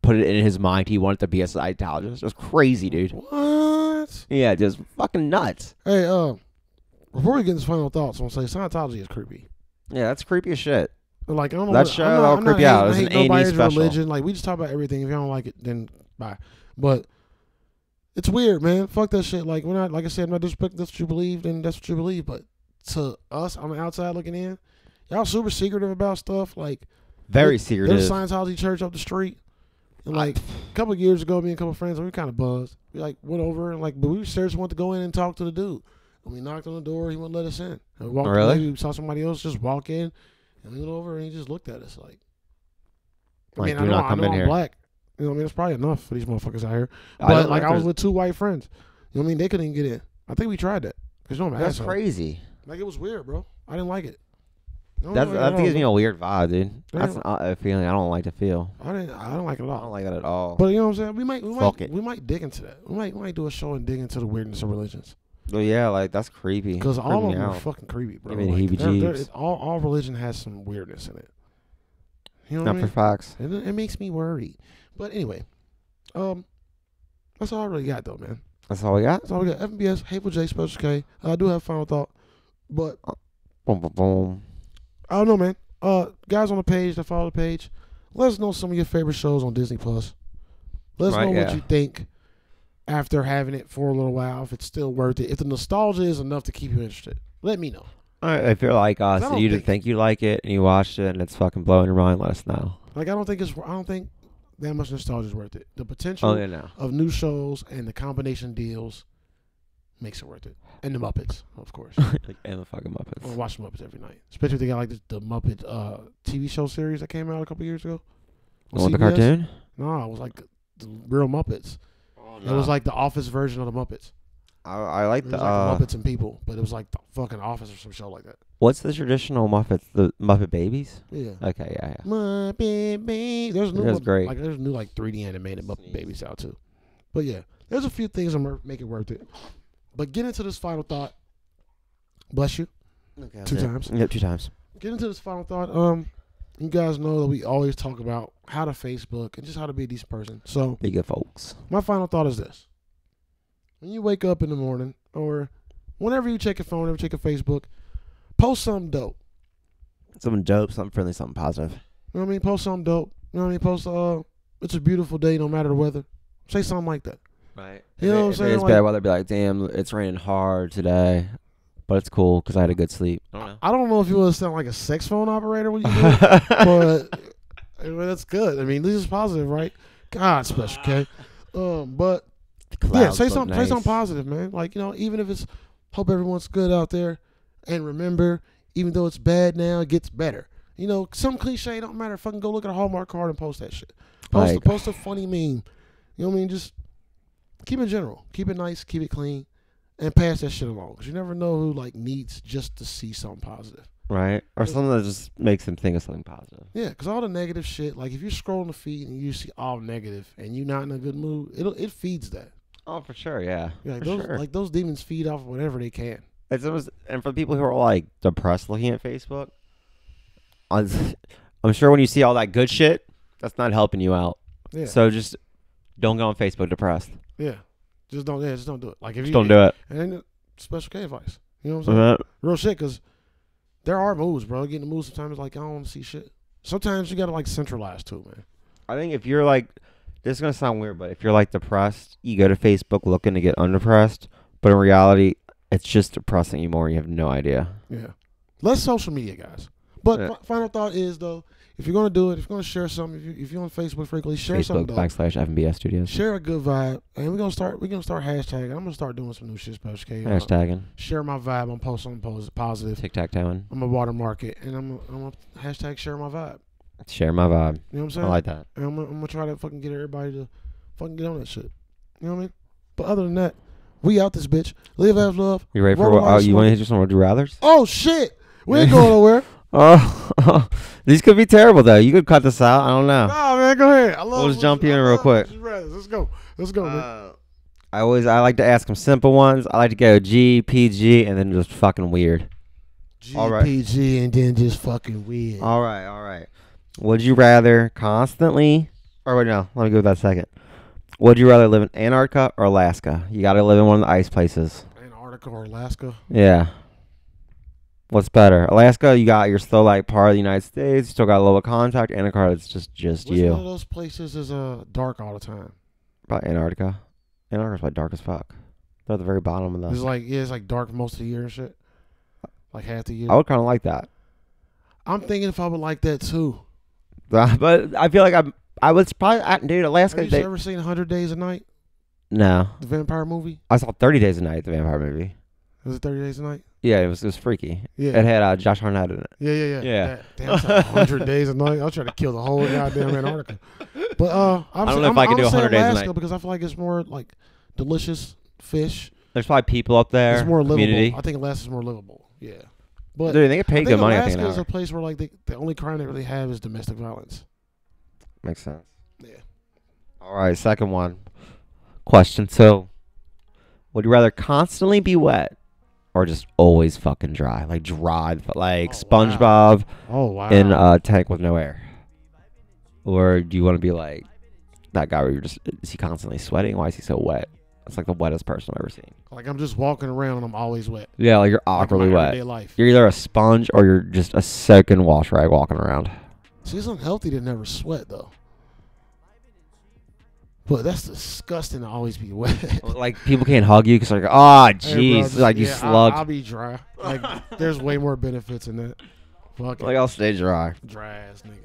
[SPEAKER 1] put it in his mind he wanted to be a Scientologist. It was crazy, dude.
[SPEAKER 3] What?
[SPEAKER 1] Yeah, just fucking nuts.
[SPEAKER 3] Hey, uh, before we get into final thoughts, I'm gonna say Scientology is creepy.
[SPEAKER 1] Yeah, that's creepy as shit.
[SPEAKER 3] Like I don't know.
[SPEAKER 1] That
[SPEAKER 3] what-
[SPEAKER 1] show,
[SPEAKER 3] I'm not,
[SPEAKER 1] that'll
[SPEAKER 3] I'm
[SPEAKER 1] creep
[SPEAKER 3] not
[SPEAKER 1] you out. It's
[SPEAKER 3] hating- I
[SPEAKER 1] an
[SPEAKER 3] hate
[SPEAKER 1] A&E
[SPEAKER 3] nobody's
[SPEAKER 1] special.
[SPEAKER 3] religion. Like we just talk about everything. If you don't like it, then bye. But it's weird, man. Fuck that shit. Like we're not. Like I said, I'm not disrespecting. That's what you believe. Then that's what you believe. But to us on the outside looking in, y'all super secretive about stuff. Like
[SPEAKER 1] Very
[SPEAKER 3] There's
[SPEAKER 1] secretive.
[SPEAKER 3] a Scientology church up the street. And like a couple of years ago, me and a couple of friends, we were kind of buzzed. We like went over and like, but we serious wanted to go in and talk to the dude. And we knocked on the door, he wouldn't let us in. And we walked
[SPEAKER 1] Really?
[SPEAKER 3] away, we saw somebody else just walk in, and we went over and he just looked at us like,
[SPEAKER 1] Like,
[SPEAKER 3] I
[SPEAKER 1] do
[SPEAKER 3] know,
[SPEAKER 1] not
[SPEAKER 3] I
[SPEAKER 1] come
[SPEAKER 3] know
[SPEAKER 1] in
[SPEAKER 3] I'm
[SPEAKER 1] here.
[SPEAKER 3] black. You know what I mean? It's probably enough for these motherfuckers out here.
[SPEAKER 1] I
[SPEAKER 3] But
[SPEAKER 1] don't
[SPEAKER 3] like, I was
[SPEAKER 1] there's-
[SPEAKER 3] with two white friends. You know what I mean? They couldn't even get in. I think we tried that. Cause you know I'm an
[SPEAKER 1] That's
[SPEAKER 3] asshole.
[SPEAKER 1] crazy.
[SPEAKER 3] Like it was weird, bro. I didn't like it. I don't
[SPEAKER 1] That's,
[SPEAKER 3] like it at
[SPEAKER 1] that
[SPEAKER 3] all,
[SPEAKER 1] gives me
[SPEAKER 3] bro.
[SPEAKER 1] a weird vibe, dude.
[SPEAKER 3] Yeah.
[SPEAKER 1] That's an odd feeling I don't like to feel.
[SPEAKER 3] I didn't. I don't like it at
[SPEAKER 1] I don't
[SPEAKER 3] all.
[SPEAKER 1] like that at all.
[SPEAKER 3] But you know what I'm saying? We might. We
[SPEAKER 1] Fuck
[SPEAKER 3] might.
[SPEAKER 1] it.
[SPEAKER 3] We might dig into that. We might. We might do a show and dig into the weirdness of religions
[SPEAKER 1] But yeah, like that's creepy.
[SPEAKER 3] because all
[SPEAKER 1] Creep
[SPEAKER 3] of
[SPEAKER 1] me
[SPEAKER 3] them are
[SPEAKER 1] out.
[SPEAKER 3] fucking creepy, bro.
[SPEAKER 1] Give me the
[SPEAKER 3] Like, they're- they're-
[SPEAKER 1] heebie-jeebes.
[SPEAKER 3] it's all all religion has some weirdness in it. You know what
[SPEAKER 1] Not
[SPEAKER 3] I
[SPEAKER 1] for
[SPEAKER 3] mean?
[SPEAKER 1] facts.
[SPEAKER 3] And it, it makes me worried. But anyway, um, that's all I really got though, man.
[SPEAKER 1] That's all we got.
[SPEAKER 3] That's all we got. FBS, Hateful J, Special K. I do have final thought, but
[SPEAKER 1] Boom, boom, boom.
[SPEAKER 3] I don't know, man. Uh, guys on the page that follow the page, let us know some of your favorite shows on Disney Plus. Let us
[SPEAKER 1] Right,
[SPEAKER 3] know what
[SPEAKER 1] yeah.
[SPEAKER 3] you think after having it for a little while. If it's still worth it, if the nostalgia is enough to keep you interested, let me know.
[SPEAKER 1] I, I feel like us,
[SPEAKER 3] I
[SPEAKER 1] and
[SPEAKER 3] don't
[SPEAKER 1] you didn't
[SPEAKER 3] think-
[SPEAKER 1] think you like it, and you watched it, and it's fucking blowing your mind. Let us know.
[SPEAKER 3] Like I don't think it's I don't think that much nostalgia is worth it. The potential
[SPEAKER 1] Oh, yeah, no.
[SPEAKER 3] of new shows and the combination deals makes it worth it. And the Muppets, of course.
[SPEAKER 1] like, and the fucking Muppets.
[SPEAKER 3] I watch the Muppets every night, especially if they got like the, the Muppet uh, TV show series that came out a couple years ago.
[SPEAKER 1] You want the
[SPEAKER 3] CBS.
[SPEAKER 1] cartoon?
[SPEAKER 3] No, it was like the real Muppets. Oh, It was like the Office version of the Muppets.
[SPEAKER 1] I, I like
[SPEAKER 3] It was
[SPEAKER 1] the.
[SPEAKER 3] like
[SPEAKER 1] uh,
[SPEAKER 3] Muppets and People, but it was like the fucking Office or some show like that.
[SPEAKER 1] What's the traditional Muppet? The Muppet Babies?
[SPEAKER 3] Yeah.
[SPEAKER 1] Okay, yeah, yeah.
[SPEAKER 3] Muppet Baby. There's new
[SPEAKER 1] That's
[SPEAKER 3] Muppet-
[SPEAKER 1] great.
[SPEAKER 3] Like there's new like 3D animated Muppet
[SPEAKER 1] Sneeze.
[SPEAKER 3] Babies out too. But yeah, there's a few things that mer- make it worth it. But get into this final thought. Bless you. Two times.
[SPEAKER 1] Yep, two times.
[SPEAKER 3] Get into this final thought. Um, you guys know that we always talk about how to Facebook and just how to be a decent person. So
[SPEAKER 1] Be good, folks.
[SPEAKER 3] my final thought is this: when you wake up in the morning, or whenever you check your phone, ever check your Facebook, post something dope.
[SPEAKER 1] Something dope, something friendly, something positive.
[SPEAKER 3] You know what I mean? Post something dope. You know what I mean? Post uh, it's a beautiful day, no matter the weather. Say something like that.
[SPEAKER 1] Right.
[SPEAKER 3] You know what I'm saying?
[SPEAKER 1] It's
[SPEAKER 3] Like-
[SPEAKER 1] bad weather. Be like, damn, it's raining hard today, but it's cool because I had a good sleep. I don't know.
[SPEAKER 3] I don't know if you want to sound like a sex phone operator when you do it, but I mean, that's good. I mean, this is positive, right? God, special K. Um, but yeah, say something, say something positive, man. Like you know, even if it's hope everyone's good out there, and remember, even though it's bad now, it gets better. You know, some cliche don't matter. Fucking go look at a Hallmark card and post that shit. Post,
[SPEAKER 1] Like-
[SPEAKER 3] post a funny meme. You know what I mean? Just keep it general, keep it nice, keep it clean, and pass that shit along. Cause you never know who like needs just to see something positive.
[SPEAKER 1] Right? Or something that just makes them think of something positive.
[SPEAKER 3] Yeah, because all the negative shit, like if you're scrolling the feed and you see all negative and you're not in a good mood, it'll it feeds that.
[SPEAKER 1] Oh, for sure, yeah.
[SPEAKER 3] Yeah,
[SPEAKER 1] for
[SPEAKER 3] like those
[SPEAKER 1] sure.
[SPEAKER 3] like those demons feed off whatever they can.
[SPEAKER 1] it's almost, and for people who are like depressed looking at Facebook, I'm I'm sure when you see all that good shit, that's not helping you out.
[SPEAKER 3] Yeah.
[SPEAKER 1] So just don't go on Facebook depressed.
[SPEAKER 3] Yeah. Just don't. Yeah, just don't do it. Like if
[SPEAKER 1] Just
[SPEAKER 3] you
[SPEAKER 1] don't do it.
[SPEAKER 3] And then special K advice. You know what I'm saying?
[SPEAKER 1] Mhm.
[SPEAKER 3] Real shit, because there are moves, bro. Getting the moves sometimes like I don't want to see shit. Sometimes you gotta like centralize too, man.
[SPEAKER 1] I think if you're like, this is gonna sound weird, but if you're like depressed, you go to Facebook looking to get undepressed, but in reality, it's just depressing you more. You have no idea.
[SPEAKER 3] Yeah. Less social media, guys. But
[SPEAKER 1] Yeah.
[SPEAKER 3] fi- final thought is though, if you're gonna do it, if you're gonna share something, if you if you're on Facebook frequently, share
[SPEAKER 1] Facebook
[SPEAKER 3] something. Though.
[SPEAKER 1] backslash FBS Studios
[SPEAKER 3] Share a good vibe, and we're gonna start. We're gonna start hashtagging. I'm gonna start doing some new shit, Special K. I'm gonna
[SPEAKER 1] hashtagging
[SPEAKER 3] Share my vibe. I'm posting pos- positive.
[SPEAKER 1] tic tac toeing.
[SPEAKER 3] I'm a watermark it, and I'm i I'm a hashtag share my vibe.
[SPEAKER 1] Share my vibe.
[SPEAKER 3] You know what I'm saying?
[SPEAKER 1] I like that.
[SPEAKER 3] And I'm, gonna- I'm gonna try to fucking get everybody to fucking get on that shit. You know what I mean? But other than that, we out this bitch. Live as love.
[SPEAKER 1] You ready for?
[SPEAKER 3] Roll the
[SPEAKER 1] Oh,
[SPEAKER 3] last
[SPEAKER 1] you
[SPEAKER 3] one.
[SPEAKER 1] want to hit just some would you rather's?
[SPEAKER 3] Oh shit, we ain't going nowhere.
[SPEAKER 1] Oh, these could be terrible though. You could cut this out. I don't know.
[SPEAKER 3] Nah, man, go ahead. I love.
[SPEAKER 1] We'll just
[SPEAKER 3] I
[SPEAKER 1] jump you in
[SPEAKER 3] love
[SPEAKER 1] real quick. Uh,
[SPEAKER 3] Just rather. Let's go. Let's go, man.
[SPEAKER 1] I always I like to ask them simple ones. I like to go G, PG, and then just fucking weird. all right. Uh,
[SPEAKER 3] GPG and then just fucking weird.
[SPEAKER 1] All right, all right. Would you rather constantly, or wait, no, let me go with that second. Would you rather live in Antarctica or Alaska? You gotta live in one of the ice places.
[SPEAKER 3] Antarctica or Alaska.
[SPEAKER 1] Yeah. What's better, Alaska? You got you're still like part of the United States. You still got a little contact. Antarctica, it's just just
[SPEAKER 3] Which one of
[SPEAKER 1] you.
[SPEAKER 3] those places is uh dark all the time?
[SPEAKER 1] About Antarctica. Antarctica's like dark as fuck. They're at the very bottom of the.
[SPEAKER 3] It's like yeah, it's like dark most of the year and shit. Like half the year.
[SPEAKER 1] I would kind of like that,
[SPEAKER 3] I'm thinking if I would like that too.
[SPEAKER 1] but I feel like I'm. I was probably I, dude.
[SPEAKER 3] Have
[SPEAKER 1] Alaska.
[SPEAKER 3] you
[SPEAKER 1] They,
[SPEAKER 3] ever seen Hundred Days a Night,
[SPEAKER 1] no,
[SPEAKER 3] the vampire movie?
[SPEAKER 1] I saw Thirty Days a Night, the vampire movie.
[SPEAKER 3] Is it Thirty Days a Night?
[SPEAKER 1] Yeah, it was it was freaky.
[SPEAKER 3] Yeah.
[SPEAKER 1] It had uh, Josh Harnett in it.
[SPEAKER 3] Yeah, yeah, yeah.
[SPEAKER 1] Yeah.
[SPEAKER 3] That- Damn, it's like 100 days a night. I'll try to kill the whole goddamn Antarctica. But uh, I'm,
[SPEAKER 1] I
[SPEAKER 3] I
[SPEAKER 1] don't
[SPEAKER 3] am
[SPEAKER 1] know if I can do 100 days a
[SPEAKER 3] Alaska
[SPEAKER 1] night.
[SPEAKER 3] because I feel like it's more like delicious fish.
[SPEAKER 1] There's probably people up there.
[SPEAKER 3] It's more livable.
[SPEAKER 1] community.
[SPEAKER 3] I think Alaska's more livable. Yeah, but
[SPEAKER 1] Dude, they get paid
[SPEAKER 3] I think
[SPEAKER 1] good money. I
[SPEAKER 3] Alaska
[SPEAKER 1] think an
[SPEAKER 3] is a
[SPEAKER 1] hour.
[SPEAKER 3] place where like they, the only crime they really have is domestic violence.
[SPEAKER 1] makes sense.
[SPEAKER 3] Yeah.
[SPEAKER 1] All right, second one. Question two: Would you rather constantly be wet or just always fucking dry, like dry, but like
[SPEAKER 3] Oh, wow.
[SPEAKER 1] SpongeBob
[SPEAKER 3] Oh wow.
[SPEAKER 1] in uh, a tank with no air? Or do you want to be like that guy where you're just is he constantly sweating? Why is he so wet? That's like the wettest person I've ever seen.
[SPEAKER 3] like I'm just walking around and I'm always wet.
[SPEAKER 1] Yeah, like you're
[SPEAKER 3] Like, in my
[SPEAKER 1] awkwardly wet.
[SPEAKER 3] everyday life.
[SPEAKER 1] You're either a sponge or you're just a soaking wash rag walking around.
[SPEAKER 3] See, it's unhealthy to never sweat though. But that's disgusting to always be wet.
[SPEAKER 1] Like people can't hug you because like, oh
[SPEAKER 3] Hey, bro,
[SPEAKER 1] jeez,
[SPEAKER 3] just-
[SPEAKER 1] like you
[SPEAKER 3] yeah, I-
[SPEAKER 1] slugged.
[SPEAKER 3] I'll, be dry. Like there's way more benefits in that. Fuck it.
[SPEAKER 1] like I'll stay dry.
[SPEAKER 3] dry ass nigga.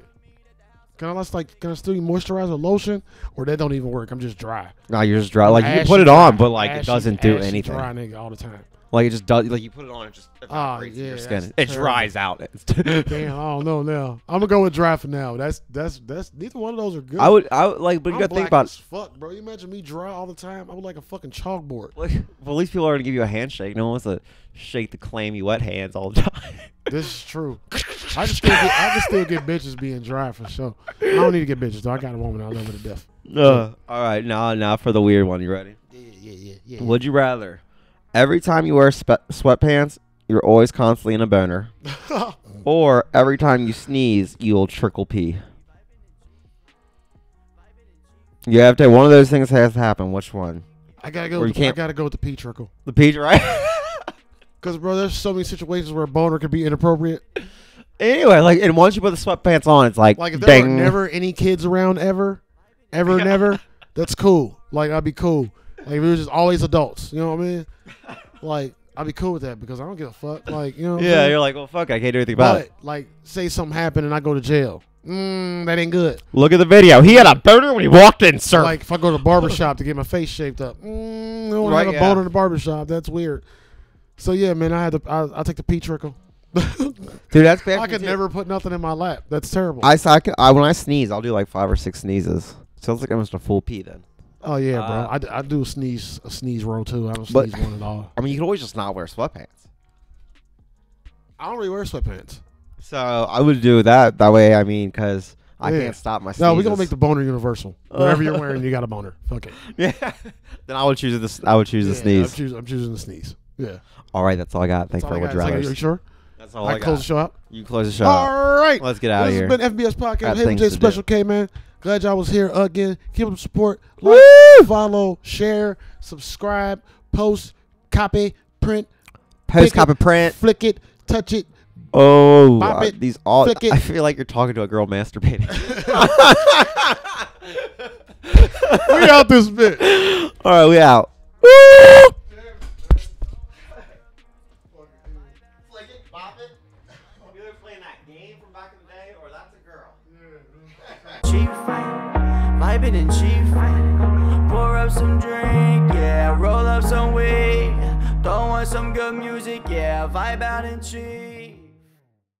[SPEAKER 3] Can I just like can I still moisturize with lotion or that don't even work? I'm just dry.
[SPEAKER 1] No, you're just dry. Like you
[SPEAKER 3] Ashy
[SPEAKER 1] put it
[SPEAKER 3] dry.
[SPEAKER 1] on, but like it
[SPEAKER 3] Ashy-
[SPEAKER 1] doesn't do
[SPEAKER 3] ashy
[SPEAKER 1] anything.
[SPEAKER 3] Dry nigga all the time.
[SPEAKER 1] Like it just does. Like you put it on, it just
[SPEAKER 3] Oh
[SPEAKER 1] evaporates in
[SPEAKER 3] yeah,
[SPEAKER 1] your
[SPEAKER 3] that's
[SPEAKER 1] skin. It
[SPEAKER 3] terrible.
[SPEAKER 1] dries out.
[SPEAKER 3] Damn, I don't know now. I'm gonna go with dry for now. That's that's that's neither one of those are good.
[SPEAKER 1] I would, I would like, but you
[SPEAKER 3] I'm
[SPEAKER 1] gotta
[SPEAKER 3] black
[SPEAKER 1] think about.
[SPEAKER 3] as fuck, bro. You imagine me dry all the time? I would like a fucking chalkboard.
[SPEAKER 1] Like, well, at least people are gonna give you a handshake. No one wants to shake the clammy wet hands all the time.
[SPEAKER 3] This is true. I can still get, I can still get bitches being dry for sure. I don't need to get bitches though. I got a woman I love her to death.
[SPEAKER 1] Uh, all right, now, now for the weird one. You ready?
[SPEAKER 2] Yeah, yeah, yeah, yeah.
[SPEAKER 1] Would you rather? Every time you wear spe- sweatpants, you're always constantly in a boner, or every time you sneeze, you'll trickle pee. You have to. One of those things has to happen. Which one?
[SPEAKER 3] I gotta go.
[SPEAKER 1] Or you
[SPEAKER 3] With the, I
[SPEAKER 1] can't-
[SPEAKER 3] gotta go with the pee trickle.
[SPEAKER 1] The pee right?
[SPEAKER 3] Cause bro, there's so many situations where a boner could be inappropriate.
[SPEAKER 1] anyway, like, and once you put the sweatpants on, it's like,
[SPEAKER 3] Like if there
[SPEAKER 1] ding.
[SPEAKER 3] were never any kids around ever, ever, never, that's cool. Like I'd be cool. Like if it was just always adults, you know what I mean? Like I'd be cool with that because I don't give a fuck. Like you know. What I'm
[SPEAKER 1] yeah,
[SPEAKER 3] saying?
[SPEAKER 1] you're like, well, fuck, I can't do anything about
[SPEAKER 3] But
[SPEAKER 1] it.
[SPEAKER 3] like, say something happened and I go to jail. Mm, that ain't good.
[SPEAKER 1] Look at the video. He had a boner when he walked in, sir.
[SPEAKER 3] Like if I go to the barbershop to get my face shaped up. Mm, I don't
[SPEAKER 1] Right,
[SPEAKER 3] have a
[SPEAKER 1] yeah.
[SPEAKER 3] boner in the barbershop. That's weird. So yeah, man, I had to. I, I take the pee trickle.
[SPEAKER 1] Dude, that's bad.
[SPEAKER 3] I could never put nothing in my lap. That's terrible.
[SPEAKER 1] I, I, can, I when I sneeze, I'll do like five or six sneezes. Sounds like almost a full pee then.
[SPEAKER 3] oh yeah, bro.
[SPEAKER 1] Uh,
[SPEAKER 3] I d- I, do a sneeze a sneeze roll too. I don't
[SPEAKER 1] But-
[SPEAKER 3] sneeze one at all.
[SPEAKER 1] I mean, you can always just not wear sweatpants.
[SPEAKER 3] I don't really wear sweatpants.
[SPEAKER 1] So I would do that. That way, I mean, because I
[SPEAKER 3] Yeah.
[SPEAKER 1] can't stop my sneezes.
[SPEAKER 3] No, we're gonna make the boner universal. Whatever you're wearing, you got a boner. Fuck it.
[SPEAKER 1] yeah. then I would choose this. I would choose the
[SPEAKER 3] Yeah,
[SPEAKER 1] sneeze.
[SPEAKER 3] I'm, choos- I'm choosing the sneeze. Yeah.
[SPEAKER 1] all right, that's all I got. Thanks
[SPEAKER 3] That's all
[SPEAKER 1] for
[SPEAKER 3] I
[SPEAKER 1] what
[SPEAKER 3] got.
[SPEAKER 1] you
[SPEAKER 3] It's like, Are
[SPEAKER 1] rather.
[SPEAKER 3] you sure?
[SPEAKER 1] That's all
[SPEAKER 3] I,
[SPEAKER 1] I
[SPEAKER 3] close the
[SPEAKER 1] got.
[SPEAKER 3] show out.
[SPEAKER 1] You close the show. out.
[SPEAKER 3] All right.
[SPEAKER 1] Let's get outta
[SPEAKER 3] this
[SPEAKER 1] here.
[SPEAKER 3] has been FBS Podcast.
[SPEAKER 1] Got
[SPEAKER 3] Hey,
[SPEAKER 1] things
[SPEAKER 3] Jay
[SPEAKER 1] to do.
[SPEAKER 3] Special K, man. Glad y'all was here again. Keep up the support. Like, follow, share, subscribe, post, copy, print,
[SPEAKER 1] Post
[SPEAKER 3] pick up,
[SPEAKER 1] copy print.
[SPEAKER 3] flick it, touch it.
[SPEAKER 1] Oh,
[SPEAKER 3] Bop
[SPEAKER 1] uh,
[SPEAKER 3] it,
[SPEAKER 1] these all.
[SPEAKER 3] flick it.
[SPEAKER 1] I feel like you're talking to a girl masturbating.
[SPEAKER 3] We out this bit.
[SPEAKER 1] all right, we out. Woo!
[SPEAKER 4] G fight, vibing in G fight. Pour up some drink, yeah. Roll up some weed. Throw on some good music, yeah. Vibe out in G.